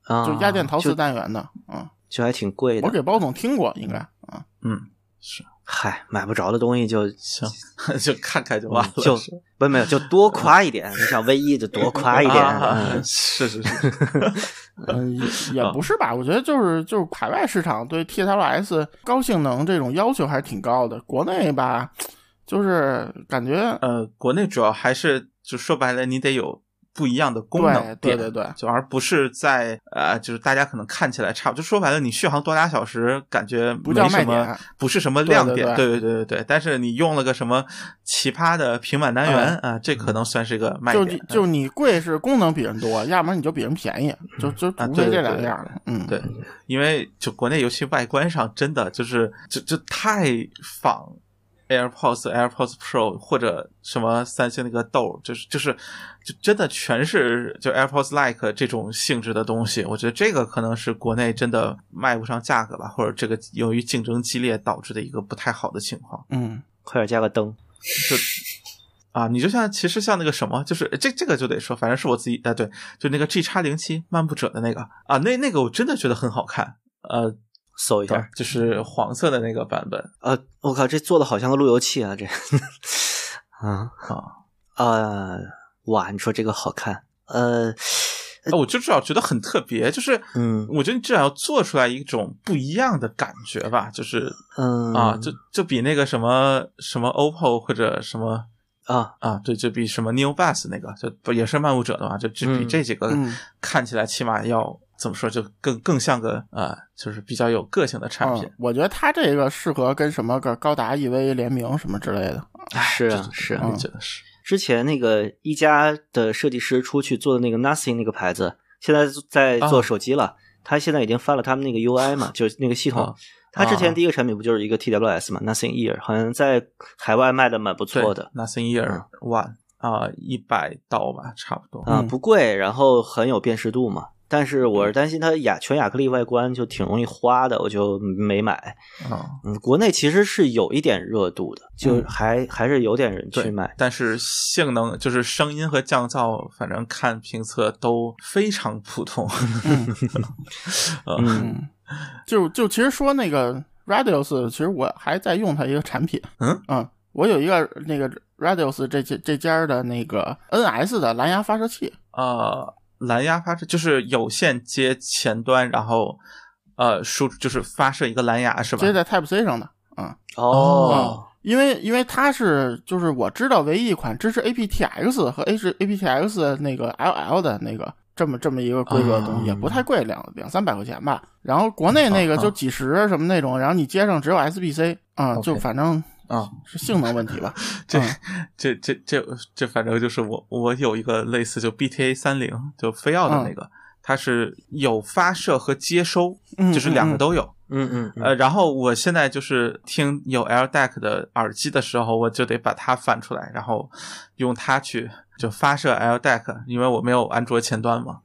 [SPEAKER 1] 啊，
[SPEAKER 3] 就压电陶瓷
[SPEAKER 1] 就
[SPEAKER 3] 单元的，嗯，
[SPEAKER 1] 就还挺贵
[SPEAKER 3] 我
[SPEAKER 1] 的。
[SPEAKER 3] 给包总听过，应该， 嗯，
[SPEAKER 1] 嗨，买不着的东西就
[SPEAKER 2] 行，就看
[SPEAKER 3] 嗯
[SPEAKER 2] 看就完了，
[SPEAKER 1] 嗯就是不没有就多夸一点。你想 V E 一就多夸一点，
[SPEAKER 2] 啊
[SPEAKER 1] 嗯
[SPEAKER 2] 是是是，
[SPEAKER 3] 嗯，也
[SPEAKER 2] 啊
[SPEAKER 3] 也不是吧，我觉得就是就是海外市场对 TWS 高性能这种要求还是挺高的，国内吧，就是感觉
[SPEAKER 2] 呃，国内主要还是就说白了，你得有。不一样的功能
[SPEAKER 3] 对
[SPEAKER 2] 点
[SPEAKER 3] 对对对
[SPEAKER 2] 就而不是在呃，就是大家可能看起来差不，就说白了，你续航多俩小时，感觉
[SPEAKER 3] 不叫
[SPEAKER 2] 没什
[SPEAKER 3] 卖
[SPEAKER 2] 么
[SPEAKER 3] 点，
[SPEAKER 2] 不是什么亮
[SPEAKER 3] 对
[SPEAKER 2] 点，
[SPEAKER 3] 对
[SPEAKER 2] 对对对对但是你用了个什么奇葩的平板单元啊，这可能算是一个卖
[SPEAKER 3] 嗯就
[SPEAKER 2] 点嗯
[SPEAKER 3] 你，就你贵是功能比人多，要不然你就比人便宜，就就
[SPEAKER 2] 啊
[SPEAKER 3] 无
[SPEAKER 2] 对
[SPEAKER 3] 非
[SPEAKER 2] 对
[SPEAKER 3] 这两
[SPEAKER 2] 对
[SPEAKER 3] 样儿。嗯，
[SPEAKER 2] 对，因为就国内尤其外观上真的就是就就太仿 AirPods、AirPods Pro 或者什么三星那个豆，就是就是就真的全是就 AirPods Like 这种性质的东西。我觉得这个可能是国内真的卖不上价格吧，或者这个由于竞争激烈导致的一个不太好的情况。
[SPEAKER 3] 嗯，
[SPEAKER 1] 快点加个灯。
[SPEAKER 2] 啊，你就像其实像那个什么，就是这这个就得说，反正是我自己啊，对，就那个 G 叉零七漫步者的那个啊，那那个我真的觉得很好看，呃，
[SPEAKER 1] 搜一下
[SPEAKER 2] 就是黄色的那个版本，
[SPEAKER 1] 啊！我靠，这做的好像个路由器啊！这 啊
[SPEAKER 2] 啊
[SPEAKER 1] 啊哇！你说这个好看？呃，
[SPEAKER 2] 啊我就至少觉得很特别，就是
[SPEAKER 1] 嗯
[SPEAKER 2] 我觉得你至少要做出来一种不一样的感觉吧，就是
[SPEAKER 1] 嗯
[SPEAKER 2] 啊，就就比那个什么什么 OPPO 或者什么
[SPEAKER 1] 啊
[SPEAKER 2] 啊，对，就比什么 New Bus 那个，就不也是漫步者的嘛，就就比
[SPEAKER 1] 嗯
[SPEAKER 2] 这几个
[SPEAKER 3] 嗯
[SPEAKER 2] 看起来起码要怎么说，就更更像个啊、就是比较有个性的产品
[SPEAKER 3] 嗯。我觉得它这个适合跟什么个高达 EV 联名什么之类的。
[SPEAKER 1] 是啊是啊
[SPEAKER 2] 我觉得是
[SPEAKER 1] 之前那个一加的设计师出去做的那个 Nothing 那个牌子，现在在
[SPEAKER 2] 啊
[SPEAKER 1] 做手机了。他现在已经翻了他们那个 UI 嘛，就是那个系统
[SPEAKER 2] 啊。
[SPEAKER 1] 他之
[SPEAKER 2] 啊
[SPEAKER 1] 前第一个产品不就是一个 TWS 嘛，Nothing Ear，好像在海外卖的蛮不错的嗯
[SPEAKER 2] Nothing Year One 啊，一百刀吧，差不多。
[SPEAKER 1] 啊，
[SPEAKER 3] 嗯
[SPEAKER 1] 不贵，然后很有辨识度嘛。但是
[SPEAKER 2] 嗯
[SPEAKER 1] 我是担心它亚全亚克力外观就挺容易花的，我就没买。
[SPEAKER 2] 啊，
[SPEAKER 1] 嗯，国内其实是有一点热度的，就
[SPEAKER 3] 嗯
[SPEAKER 1] 还还是有点人
[SPEAKER 2] 对
[SPEAKER 1] 去买。
[SPEAKER 2] 但是性能就是声音和降噪，反正看评测都非常普通。 呃
[SPEAKER 1] 嗯，
[SPEAKER 3] 嗯，就就其实说那个 Radius，其实我还在用它一个产品。
[SPEAKER 2] 嗯
[SPEAKER 3] 我有一个那个 Radius 这这这家的那个 NS 的蓝牙发射器。
[SPEAKER 2] 呃，蓝牙发射就是有线接前端，然后呃输就是发射一个蓝牙是吧
[SPEAKER 3] 接？在 Type C 上的，嗯，
[SPEAKER 1] 哦，
[SPEAKER 3] 因为因为它是就是我知道唯一一款支持 aptX 和 H aptX 那个 LL 的那个这么这么一个规格的东西，
[SPEAKER 2] 啊
[SPEAKER 3] 也不太贵，两两三百块钱吧。然后国内那个
[SPEAKER 2] 啊
[SPEAKER 3] 就几十什么那种，然后你接上只有 SBC 啊，
[SPEAKER 2] OK
[SPEAKER 3] 就反正
[SPEAKER 2] 啊，
[SPEAKER 3] 是性能问题吧。
[SPEAKER 2] 这
[SPEAKER 3] 嗯
[SPEAKER 2] 这这这这，反正就是我我有一个类似就 BTA 三
[SPEAKER 1] 嗯
[SPEAKER 2] 零就飞奥的那个，它是有发射和接收，
[SPEAKER 3] 嗯
[SPEAKER 2] 就是两个都有。
[SPEAKER 1] 嗯嗯嗯
[SPEAKER 2] 呃，然后我现在就是听有 L DAC 的耳机的时候，我就得把它翻出来，然后用它去就发射 L DAC，因为我没有安卓前端嘛，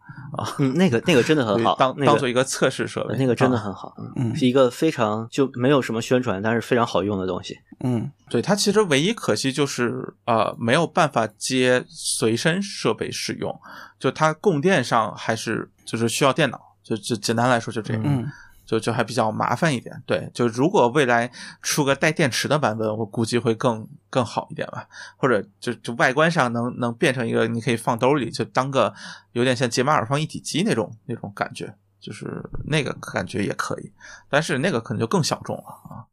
[SPEAKER 1] 嗯，那个那个真的很
[SPEAKER 2] 所以
[SPEAKER 1] 好，
[SPEAKER 2] 当、
[SPEAKER 1] 那个
[SPEAKER 2] 当做一个测试设备，
[SPEAKER 1] 那个真的
[SPEAKER 2] 啊
[SPEAKER 1] 很好，
[SPEAKER 6] 嗯
[SPEAKER 1] 是一个非常就没有什么宣传，但是非常好用的东西。
[SPEAKER 6] 嗯
[SPEAKER 2] 对它其实唯一可惜就是呃没有办法接随身设备使用，就它供电上还是就是需要电脑，就就简单来说就这样，
[SPEAKER 6] 嗯
[SPEAKER 2] 就就还比较麻烦一点。对，就如果未来出个带电池的版本，我估计会更更好一点吧，或者就就外观上能能变成一个你可以放兜里，就当个有点像解码耳放一体机那种那种感觉，就是那个感觉也可以，但是那个可能就更小众了啊。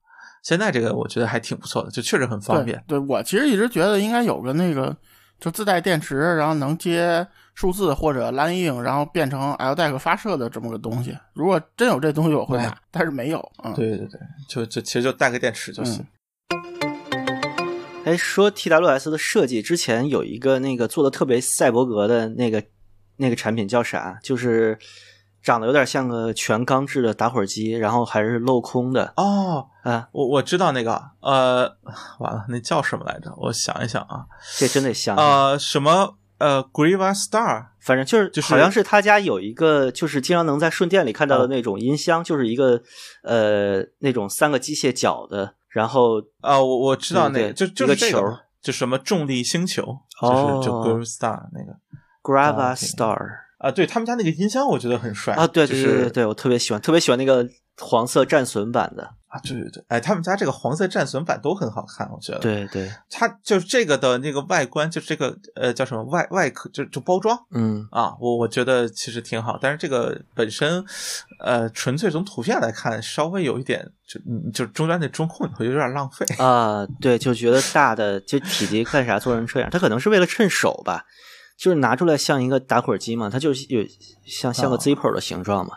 [SPEAKER 2] 现在这个我觉得还挺不错的，就确实很方便。
[SPEAKER 3] 对。对我其实一直觉得应该有个那个，就自带电池，然后能接数字或者蓝硬，然后变成 L DAC 发射的这么个东西。如果真有这东西，我会买，但是没有。嗯，
[SPEAKER 2] 对对对，就就其实就带个电池就行。
[SPEAKER 1] 哎，说 TWS 的设计，之前有一个那个做的特别赛博格的那个那个产品叫啥？就是长得有点像个全钢制的打火机，然后还是镂空的
[SPEAKER 2] 哦，
[SPEAKER 1] 啊，
[SPEAKER 2] 我我知道那个，呃，完了，那叫什么来着？我想一想啊，
[SPEAKER 1] 这真得想想。
[SPEAKER 2] 呃，什么呃，Griva Star，
[SPEAKER 1] 反正就是，
[SPEAKER 2] 就是嗯
[SPEAKER 1] 好像是他家有一个，就是经常能在顺电里看到的那种音箱，就是一个呃那种三个机械脚的，然后
[SPEAKER 2] 啊，我我知道那
[SPEAKER 1] 对
[SPEAKER 2] 个，
[SPEAKER 1] 对
[SPEAKER 2] 就就
[SPEAKER 1] 一个
[SPEAKER 2] 是这
[SPEAKER 1] 球
[SPEAKER 2] 嘛就什么重力星球，
[SPEAKER 1] 哦
[SPEAKER 2] 就是就 g r i v a Star 那个
[SPEAKER 1] Grava
[SPEAKER 2] 啊对
[SPEAKER 1] Star
[SPEAKER 2] 啊，对他们家那个音箱我觉得很帅
[SPEAKER 1] 啊，对
[SPEAKER 2] 就
[SPEAKER 1] 对对对
[SPEAKER 2] 是
[SPEAKER 1] 对，我特别喜欢，特别喜欢那个黄色战损版的，
[SPEAKER 2] 啊，对对对，哎，他们家这个黄色战损版都很好看，我觉得，，
[SPEAKER 1] 对对，
[SPEAKER 2] 它就是这个的那个外观，就这个呃叫什么外外壳，就就包装，
[SPEAKER 1] 嗯，
[SPEAKER 2] 啊，我我觉得其实挺好，但是这个本身，呃，纯粹从图片来看，稍微有一点，就嗯就中间那中控，会有点浪费。
[SPEAKER 1] 啊，对，就觉得大的就体积干啥做成这样，它可能是为了趁手吧，就是拿出来像一个打火机嘛，它就是有像像个
[SPEAKER 2] 啊
[SPEAKER 1] zipper 的形状嘛，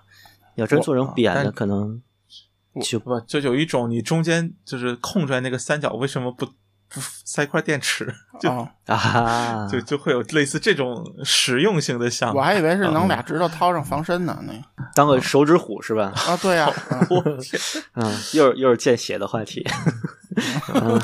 [SPEAKER 1] 要真
[SPEAKER 2] 我
[SPEAKER 1] 做成扁
[SPEAKER 2] 啊
[SPEAKER 1] 的，
[SPEAKER 2] 但
[SPEAKER 1] 可能就
[SPEAKER 2] 不，就有一种你中间就是空出来那个三角，为什么不不塞块电池？就、
[SPEAKER 3] 啊、
[SPEAKER 1] 啊，
[SPEAKER 2] 就就会有类似这种实用性的项目。
[SPEAKER 3] 我还以为是
[SPEAKER 2] 嗯
[SPEAKER 3] 能俩指头掏上防身呢，那个
[SPEAKER 1] 当个手指虎是吧？
[SPEAKER 3] 啊，对呀、啊，嗯
[SPEAKER 2] 我天
[SPEAKER 1] 嗯，又是又是见血的话题。 嗯，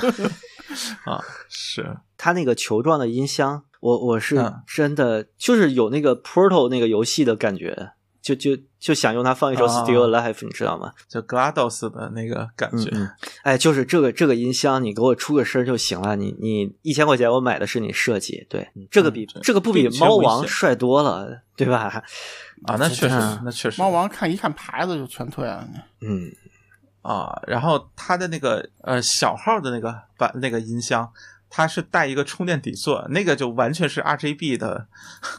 [SPEAKER 2] 啊，是
[SPEAKER 1] 它那个球状的音箱，我我是
[SPEAKER 2] 嗯
[SPEAKER 1] 真的、就是有那个 Portal 那个游戏的感觉，就就就想用它放一首
[SPEAKER 2] 啊
[SPEAKER 1] Still Alive，、你知道吗？
[SPEAKER 2] 就 Glados 的那个感
[SPEAKER 1] 嗯
[SPEAKER 2] 觉。
[SPEAKER 1] 嗯，哎，就是这个这个音箱，你给我出个声儿就行了。你你一千块钱我买的是你设计，嗯对，这个比、
[SPEAKER 2] 对
[SPEAKER 1] 这个不比
[SPEAKER 2] 并且
[SPEAKER 1] 猫
[SPEAKER 2] 危
[SPEAKER 1] 王
[SPEAKER 2] 险
[SPEAKER 1] 帅多了，对吧？
[SPEAKER 2] 啊，那确实
[SPEAKER 1] 嗯，
[SPEAKER 2] 那确实。
[SPEAKER 3] 猫王看一看牌子就全退了。
[SPEAKER 1] 嗯，
[SPEAKER 2] 啊，然后它的那个呃小号的那个版那个音箱，它是带一个充电底座，那个就完全是 RGB 的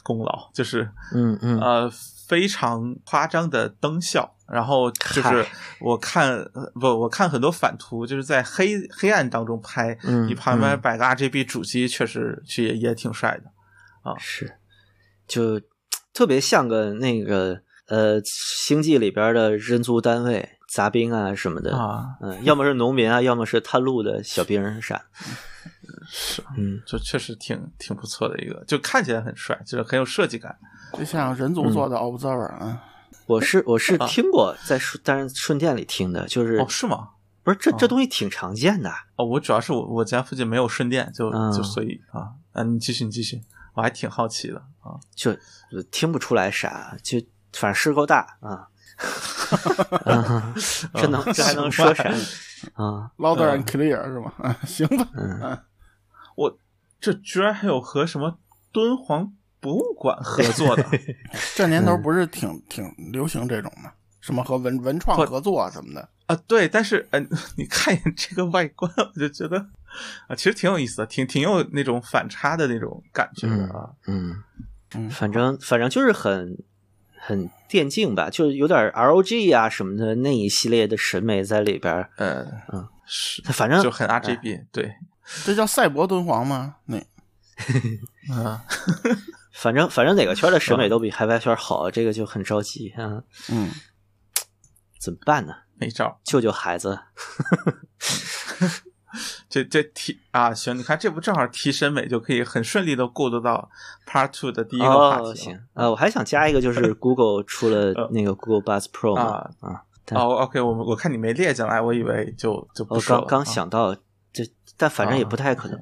[SPEAKER 2] 功劳，就是
[SPEAKER 1] 嗯嗯
[SPEAKER 2] 呃非常夸张的灯效。然后就是
[SPEAKER 1] 嗨
[SPEAKER 2] 我看呃不，我看很多反图，就是在黑黑暗当中拍，
[SPEAKER 1] 嗯
[SPEAKER 2] 你旁边
[SPEAKER 1] 嗯
[SPEAKER 2] 摆个 RGB 主机，确实是也也挺帅的。
[SPEAKER 1] 是，就特别像个那个呃《星际》里边的人族单位杂兵啊什么的
[SPEAKER 2] 啊，
[SPEAKER 1] 嗯，要么是农民啊，要么是探路的小兵儿啥的，
[SPEAKER 2] 是，
[SPEAKER 1] 嗯，
[SPEAKER 2] 就确实挺挺不错的一个，就看起来很帅，就是很有设计感。
[SPEAKER 3] 就像人族做的 Observer，嗯，
[SPEAKER 1] 我是我是听过在顺，但是顺电里听的，啊就是哦
[SPEAKER 2] 哦，是吗？
[SPEAKER 1] 不是这这东西挺常见的，
[SPEAKER 2] 哦，我主要是我我家附近没有顺电，就、
[SPEAKER 1] 嗯
[SPEAKER 2] 就所以啊，啊，你继续你继续，我还挺好奇的啊。
[SPEAKER 1] 就就听不出来啥，就反正势够大 啊。啊，这
[SPEAKER 2] 嗯
[SPEAKER 1] 能这还能说啥啊？
[SPEAKER 3] ，Louder and Clear 是吗？嗯，行吧，
[SPEAKER 1] 嗯，
[SPEAKER 2] 这居然还有和什么敦煌博物馆合 作的
[SPEAKER 3] 这年
[SPEAKER 2] 嗯
[SPEAKER 3] 头不是挺挺流行这种吗？什么和文文创合作什么的，
[SPEAKER 2] 啊？对，但是嗯、 你看一眼这个外观，我就觉得啊，其实挺有意思的，挺挺有那种反差的那种感觉的啊。
[SPEAKER 1] 嗯
[SPEAKER 3] 嗯，
[SPEAKER 1] 反正反正就是很很电竞吧，就是有点 ROG 啊什么的那一系列的审美在里边儿。
[SPEAKER 2] 呃，
[SPEAKER 1] 嗯
[SPEAKER 2] 是，
[SPEAKER 1] 反正哎
[SPEAKER 2] 就很 RGB，、对
[SPEAKER 3] 这叫赛博敦煌吗？那
[SPEAKER 1] 嗯
[SPEAKER 2] 啊，
[SPEAKER 1] 反正反正哪个圈的
[SPEAKER 2] 嗯
[SPEAKER 1] 审美都比嗨拍圈好，这个就很着急啊，
[SPEAKER 3] 嗯，
[SPEAKER 1] 怎么办呢？
[SPEAKER 2] 没招儿。
[SPEAKER 1] 救救孩子！
[SPEAKER 2] 这这提啊，行，你看这不正好提审美就可以很顺利的过渡到 Part Two 的第一个
[SPEAKER 1] 哦
[SPEAKER 2] 话题了、
[SPEAKER 1] 呃哦，行啊，
[SPEAKER 2] 呃
[SPEAKER 1] 我还想加一个，就是 Google 出了那个 Google Buzz Pro 嘛啊但
[SPEAKER 2] 哦，OK，我我看你没列进来，我以为就就不
[SPEAKER 1] 我
[SPEAKER 2] 说了
[SPEAKER 1] 哦刚刚
[SPEAKER 2] 啊
[SPEAKER 1] 想到，这但反正也不太可能。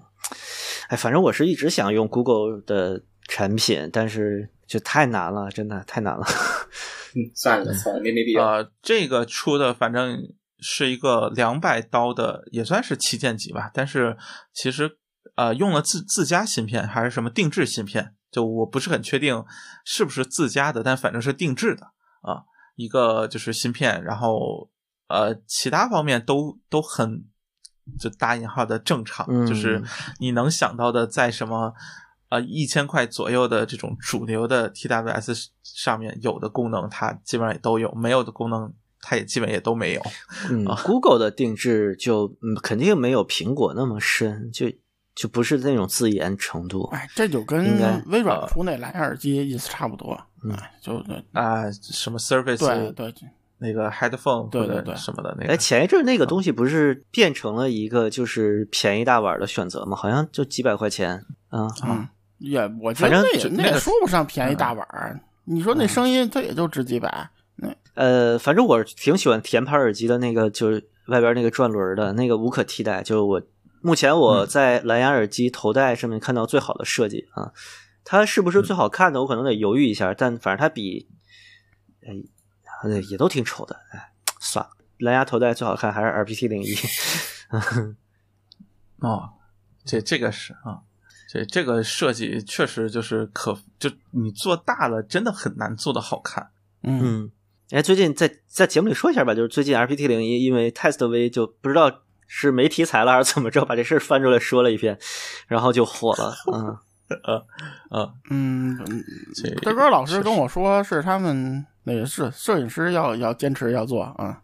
[SPEAKER 1] 哎，反正我是一直想用 Google 的产品，但是就太难了，真的太难了。
[SPEAKER 5] 嗯，算了，算了，没没必要。
[SPEAKER 2] 呃，这个出的反正是一个两百刀的，也算是旗舰级吧。但是其实呃，用了自自家芯片还是什么定制芯片，就我不是很确定是不是自家的，但反正是定制的啊、一个就是芯片，然后呃，其他方面都都很就打引号的正常，
[SPEAKER 1] 嗯
[SPEAKER 2] 就是你能想到的，在什么呃一千块左右的这种主流的 TWS 上面有的功能，它基本上也都有；没有的功能，它也基本也都没有。
[SPEAKER 1] 嗯
[SPEAKER 2] 啊
[SPEAKER 1] ，Google 的定制就嗯肯定没有苹果那么深，就就不是那种自研程度。
[SPEAKER 3] 哎，这就
[SPEAKER 1] 应该
[SPEAKER 3] 跟微软出那蓝牙耳机意思差不多，
[SPEAKER 1] 嗯
[SPEAKER 3] 哎，就对
[SPEAKER 2] 啊、什么 Surface
[SPEAKER 3] 对对，
[SPEAKER 2] 那个 headphone
[SPEAKER 3] 对
[SPEAKER 2] 或
[SPEAKER 3] 对
[SPEAKER 2] 者
[SPEAKER 3] 对
[SPEAKER 2] 什么的那
[SPEAKER 1] 哎，
[SPEAKER 2] 个，
[SPEAKER 1] 前一阵那个东西不是变成了一个就是便宜大碗的选择吗？好像就几百块钱啊。
[SPEAKER 3] 嗯，也我觉
[SPEAKER 1] 反
[SPEAKER 3] 得
[SPEAKER 1] 正
[SPEAKER 3] 那也
[SPEAKER 1] 就
[SPEAKER 3] 那
[SPEAKER 2] 那
[SPEAKER 3] 也
[SPEAKER 2] 个
[SPEAKER 3] 说不上便宜大碗儿，啊你说那声音它也就值几百，
[SPEAKER 1] 呃，反正我挺喜欢甜牌耳机的那个，就是外边那个转轮的那个无可替代，就是我目前我在蓝牙耳机头戴上面看到最好的设计啊。它是不是最好看的，我可能得犹豫一下，但反正它比，哎，呃也都挺丑的，哎，算了，蓝牙头戴最好看还是 RPT 零一，
[SPEAKER 2] 哦，这这个是啊。这这个设计确实就是可，就你做大了，真的很难做的好看。
[SPEAKER 3] 嗯，
[SPEAKER 1] 嗯，哎，最近在在节目里说一下吧，就是最近 RPT 零一因为 Test V 就不知道是没题材了还是怎么着，把这事儿翻出来说了一遍，然后就火了，嗯。
[SPEAKER 2] 啊，
[SPEAKER 3] 嗯，嗯
[SPEAKER 2] 这
[SPEAKER 3] 德哥老师跟我说是他们那个是摄影师要要坚持要做啊、嗯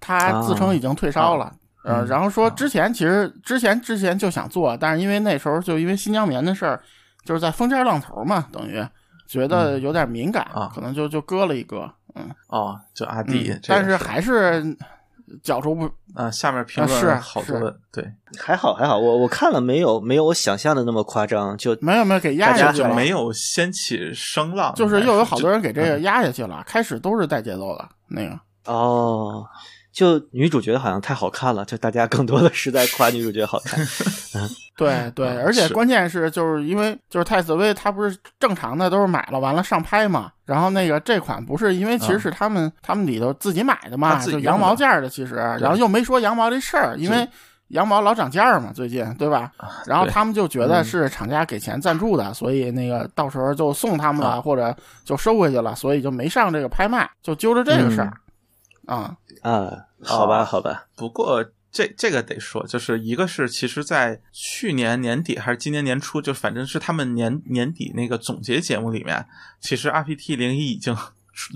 [SPEAKER 3] 他自称已经退烧了，
[SPEAKER 2] 啊
[SPEAKER 3] 呃，
[SPEAKER 2] 嗯
[SPEAKER 3] 然后说
[SPEAKER 2] 啊
[SPEAKER 3] 之前其实之前之前就想做，但是因为那时候就因为新疆棉的事儿，就是在风尖浪头嘛，等于觉得有点敏感，
[SPEAKER 2] 啊
[SPEAKER 3] 可能就就搁了一搁，嗯，
[SPEAKER 2] 哦，就阿弟，
[SPEAKER 3] 嗯
[SPEAKER 2] 这个
[SPEAKER 3] 但是还是角逐不
[SPEAKER 2] 啊，下面评
[SPEAKER 3] 啊是
[SPEAKER 2] 论好多的，对，
[SPEAKER 1] 还好还好，我我看了没有没有我想象的那么夸张，就
[SPEAKER 3] 没有没有给压
[SPEAKER 1] 大家
[SPEAKER 3] 下
[SPEAKER 2] 但是
[SPEAKER 3] 去
[SPEAKER 2] 就
[SPEAKER 3] 了，
[SPEAKER 2] 没有掀起声浪，
[SPEAKER 3] 就是又有好多人给这
[SPEAKER 2] 应该
[SPEAKER 3] 个
[SPEAKER 2] 是
[SPEAKER 3] 压下去了，开始都是带节奏的那个，
[SPEAKER 1] 哦，就女主角好像太好看了，就大家更多的是在夸女主角好看。
[SPEAKER 3] 对对，
[SPEAKER 2] 啊
[SPEAKER 3] 而且
[SPEAKER 2] 是
[SPEAKER 3] 关键是就是因为就是太子妃它不是正常的都是买了完了上拍嘛，然后那个这款不是因为其实
[SPEAKER 2] 啊
[SPEAKER 3] 是他们、他们里头自己买的嘛，
[SPEAKER 2] 啊自己
[SPEAKER 3] 就
[SPEAKER 2] 用
[SPEAKER 3] 羊
[SPEAKER 2] 的
[SPEAKER 3] 毛价的其实，然后又没说羊毛这事儿，因为羊毛老涨价儿嘛最近对吧？然后
[SPEAKER 2] 啊对嗯
[SPEAKER 3] 他们就觉得是厂家给钱赞助的，所以那个到时候就送他们了，
[SPEAKER 2] 啊
[SPEAKER 3] 或者就收回去了，所以就没上这个拍卖，就揪着这个事儿
[SPEAKER 2] 嗯
[SPEAKER 3] 啊、
[SPEAKER 1] 啊，好吧
[SPEAKER 2] 哦
[SPEAKER 1] 好吧，
[SPEAKER 2] 不过这这个得说，就是一个是其实，在去年年底还是今年年初，就反正是他们年年底那个总结节目里面，其实 RPT 零一已经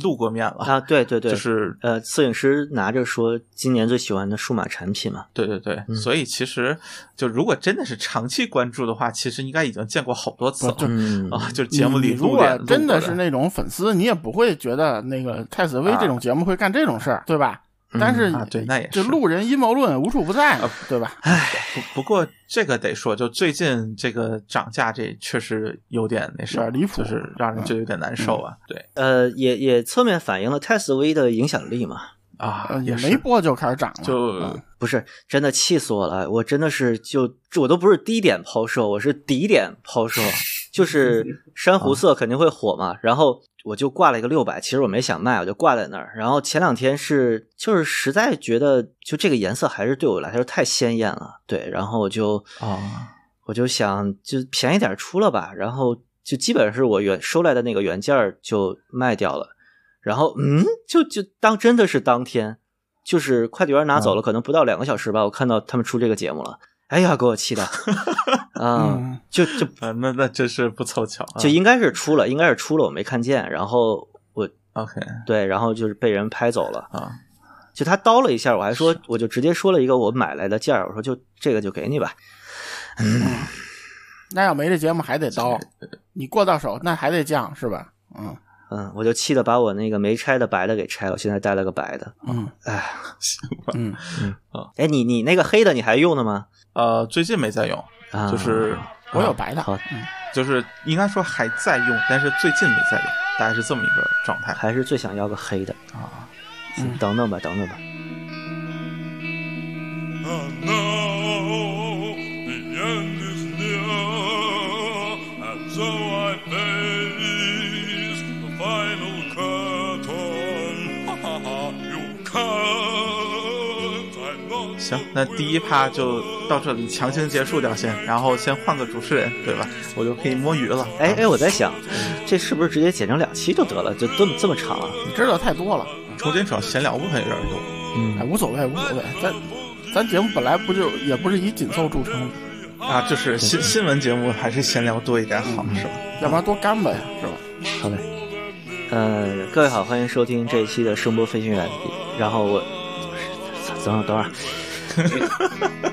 [SPEAKER 2] 露过面了，
[SPEAKER 1] 啊对对对，
[SPEAKER 2] 就是
[SPEAKER 1] 呃，摄影师拿着说今年最喜欢的数码产品嘛，
[SPEAKER 2] 对对
[SPEAKER 1] 嗯
[SPEAKER 2] 对，所以其实就如果真的是长期关注的话，其实应该已经见过好多次了
[SPEAKER 3] 不
[SPEAKER 1] 嗯
[SPEAKER 2] 啊，就是节目
[SPEAKER 3] 你
[SPEAKER 2] 里
[SPEAKER 3] 你如
[SPEAKER 2] 露
[SPEAKER 3] 果
[SPEAKER 2] 脸露
[SPEAKER 3] 真
[SPEAKER 2] 过
[SPEAKER 3] 的是那种粉丝，你也不会觉得那个太子妃这种节目会干这种事儿，对吧？
[SPEAKER 1] 嗯
[SPEAKER 3] 但是
[SPEAKER 2] 啊对那也啊
[SPEAKER 3] 这
[SPEAKER 2] 是
[SPEAKER 3] 路人阴谋论无处不在嘛，对吧？
[SPEAKER 2] 不不过这个得说，就最近这个涨价，这确实有点那啥，
[SPEAKER 3] 有点离谱嗯
[SPEAKER 2] 就是让人觉得有点难受啊。对
[SPEAKER 1] 呃也也侧面反映了 Test V 的影响力嘛。
[SPEAKER 2] 啊
[SPEAKER 3] 呃，
[SPEAKER 2] 也
[SPEAKER 3] 没
[SPEAKER 2] 是，
[SPEAKER 3] 播就开始涨了，
[SPEAKER 2] 就
[SPEAKER 3] 嗯
[SPEAKER 1] 不是真的气死我了！我真的是就这我都不是低点抛售，我是底点抛售，就是珊瑚色肯定会火嘛。然后我就挂了一个六百，其实我没想卖，我就挂在那儿。然后前两天是就是实在觉得就这个颜色还是对我来说太鲜艳了，对，然后我就
[SPEAKER 2] 啊
[SPEAKER 1] 我就想就便宜点出了吧，然后就基本是我原收来的那个原件儿就卖掉了，然后嗯，就就当真的是当天，就是快递员拿走了，可能不到两个小时吧，我看到他们出这个节目了，哎呀，给我气的，啊，
[SPEAKER 3] 嗯，
[SPEAKER 1] 就就
[SPEAKER 2] 啊，那那真是不凑巧啊。
[SPEAKER 1] 就应该是出了，应该是出了，我没看见，然后我
[SPEAKER 2] OK
[SPEAKER 1] 对，然后就是被人拍走了，
[SPEAKER 2] 啊，
[SPEAKER 1] 就他叨了一下，我还说我就直接说了一个我买来的件儿，我说就这个就给你吧，
[SPEAKER 3] 那要没这节目还得刀，你过到手那还得降是吧？嗯
[SPEAKER 1] 嗯，我就气得把我那个没拆的白的给拆了，我现在带了个白的。
[SPEAKER 3] 嗯
[SPEAKER 1] 哎，
[SPEAKER 2] 行吧。
[SPEAKER 3] 嗯，
[SPEAKER 1] 哎，你你那个黑的你还用呢吗？
[SPEAKER 2] 呃，最近没在用，
[SPEAKER 1] 啊，
[SPEAKER 2] 就是
[SPEAKER 3] 我有白的，
[SPEAKER 1] 好
[SPEAKER 3] 嗯
[SPEAKER 2] 就是应该说还在用，但是最近没在用，大概是这么一个状态
[SPEAKER 1] 还是最想要个黑的。
[SPEAKER 2] 啊。
[SPEAKER 1] 等等吧，等等吧。
[SPEAKER 6] And now the end is near, and so I face the final curtain. You can't, I'm not.
[SPEAKER 2] 行，那第一趴就到这里，强行结束掉先，然后先换个主持人，对吧？我就可以摸鱼了。啊
[SPEAKER 1] 哎哎，我在想，这是不是直接剪成两期就得了？就这么这么长、啊？
[SPEAKER 3] 你知道太多了，
[SPEAKER 2] 中间主要闲聊部分有点多，
[SPEAKER 3] 哎，无所谓，无所谓。咱咱节目本来不就也不是以紧凑著称，
[SPEAKER 2] 啊，就是新新闻节目还是闲聊多一点好，是吧？
[SPEAKER 3] 要不然多干巴呀，是吧？
[SPEAKER 1] 好嘞，呃，各位好，欢迎收听这一期的声波飞行员。然后我，等会儿等会儿，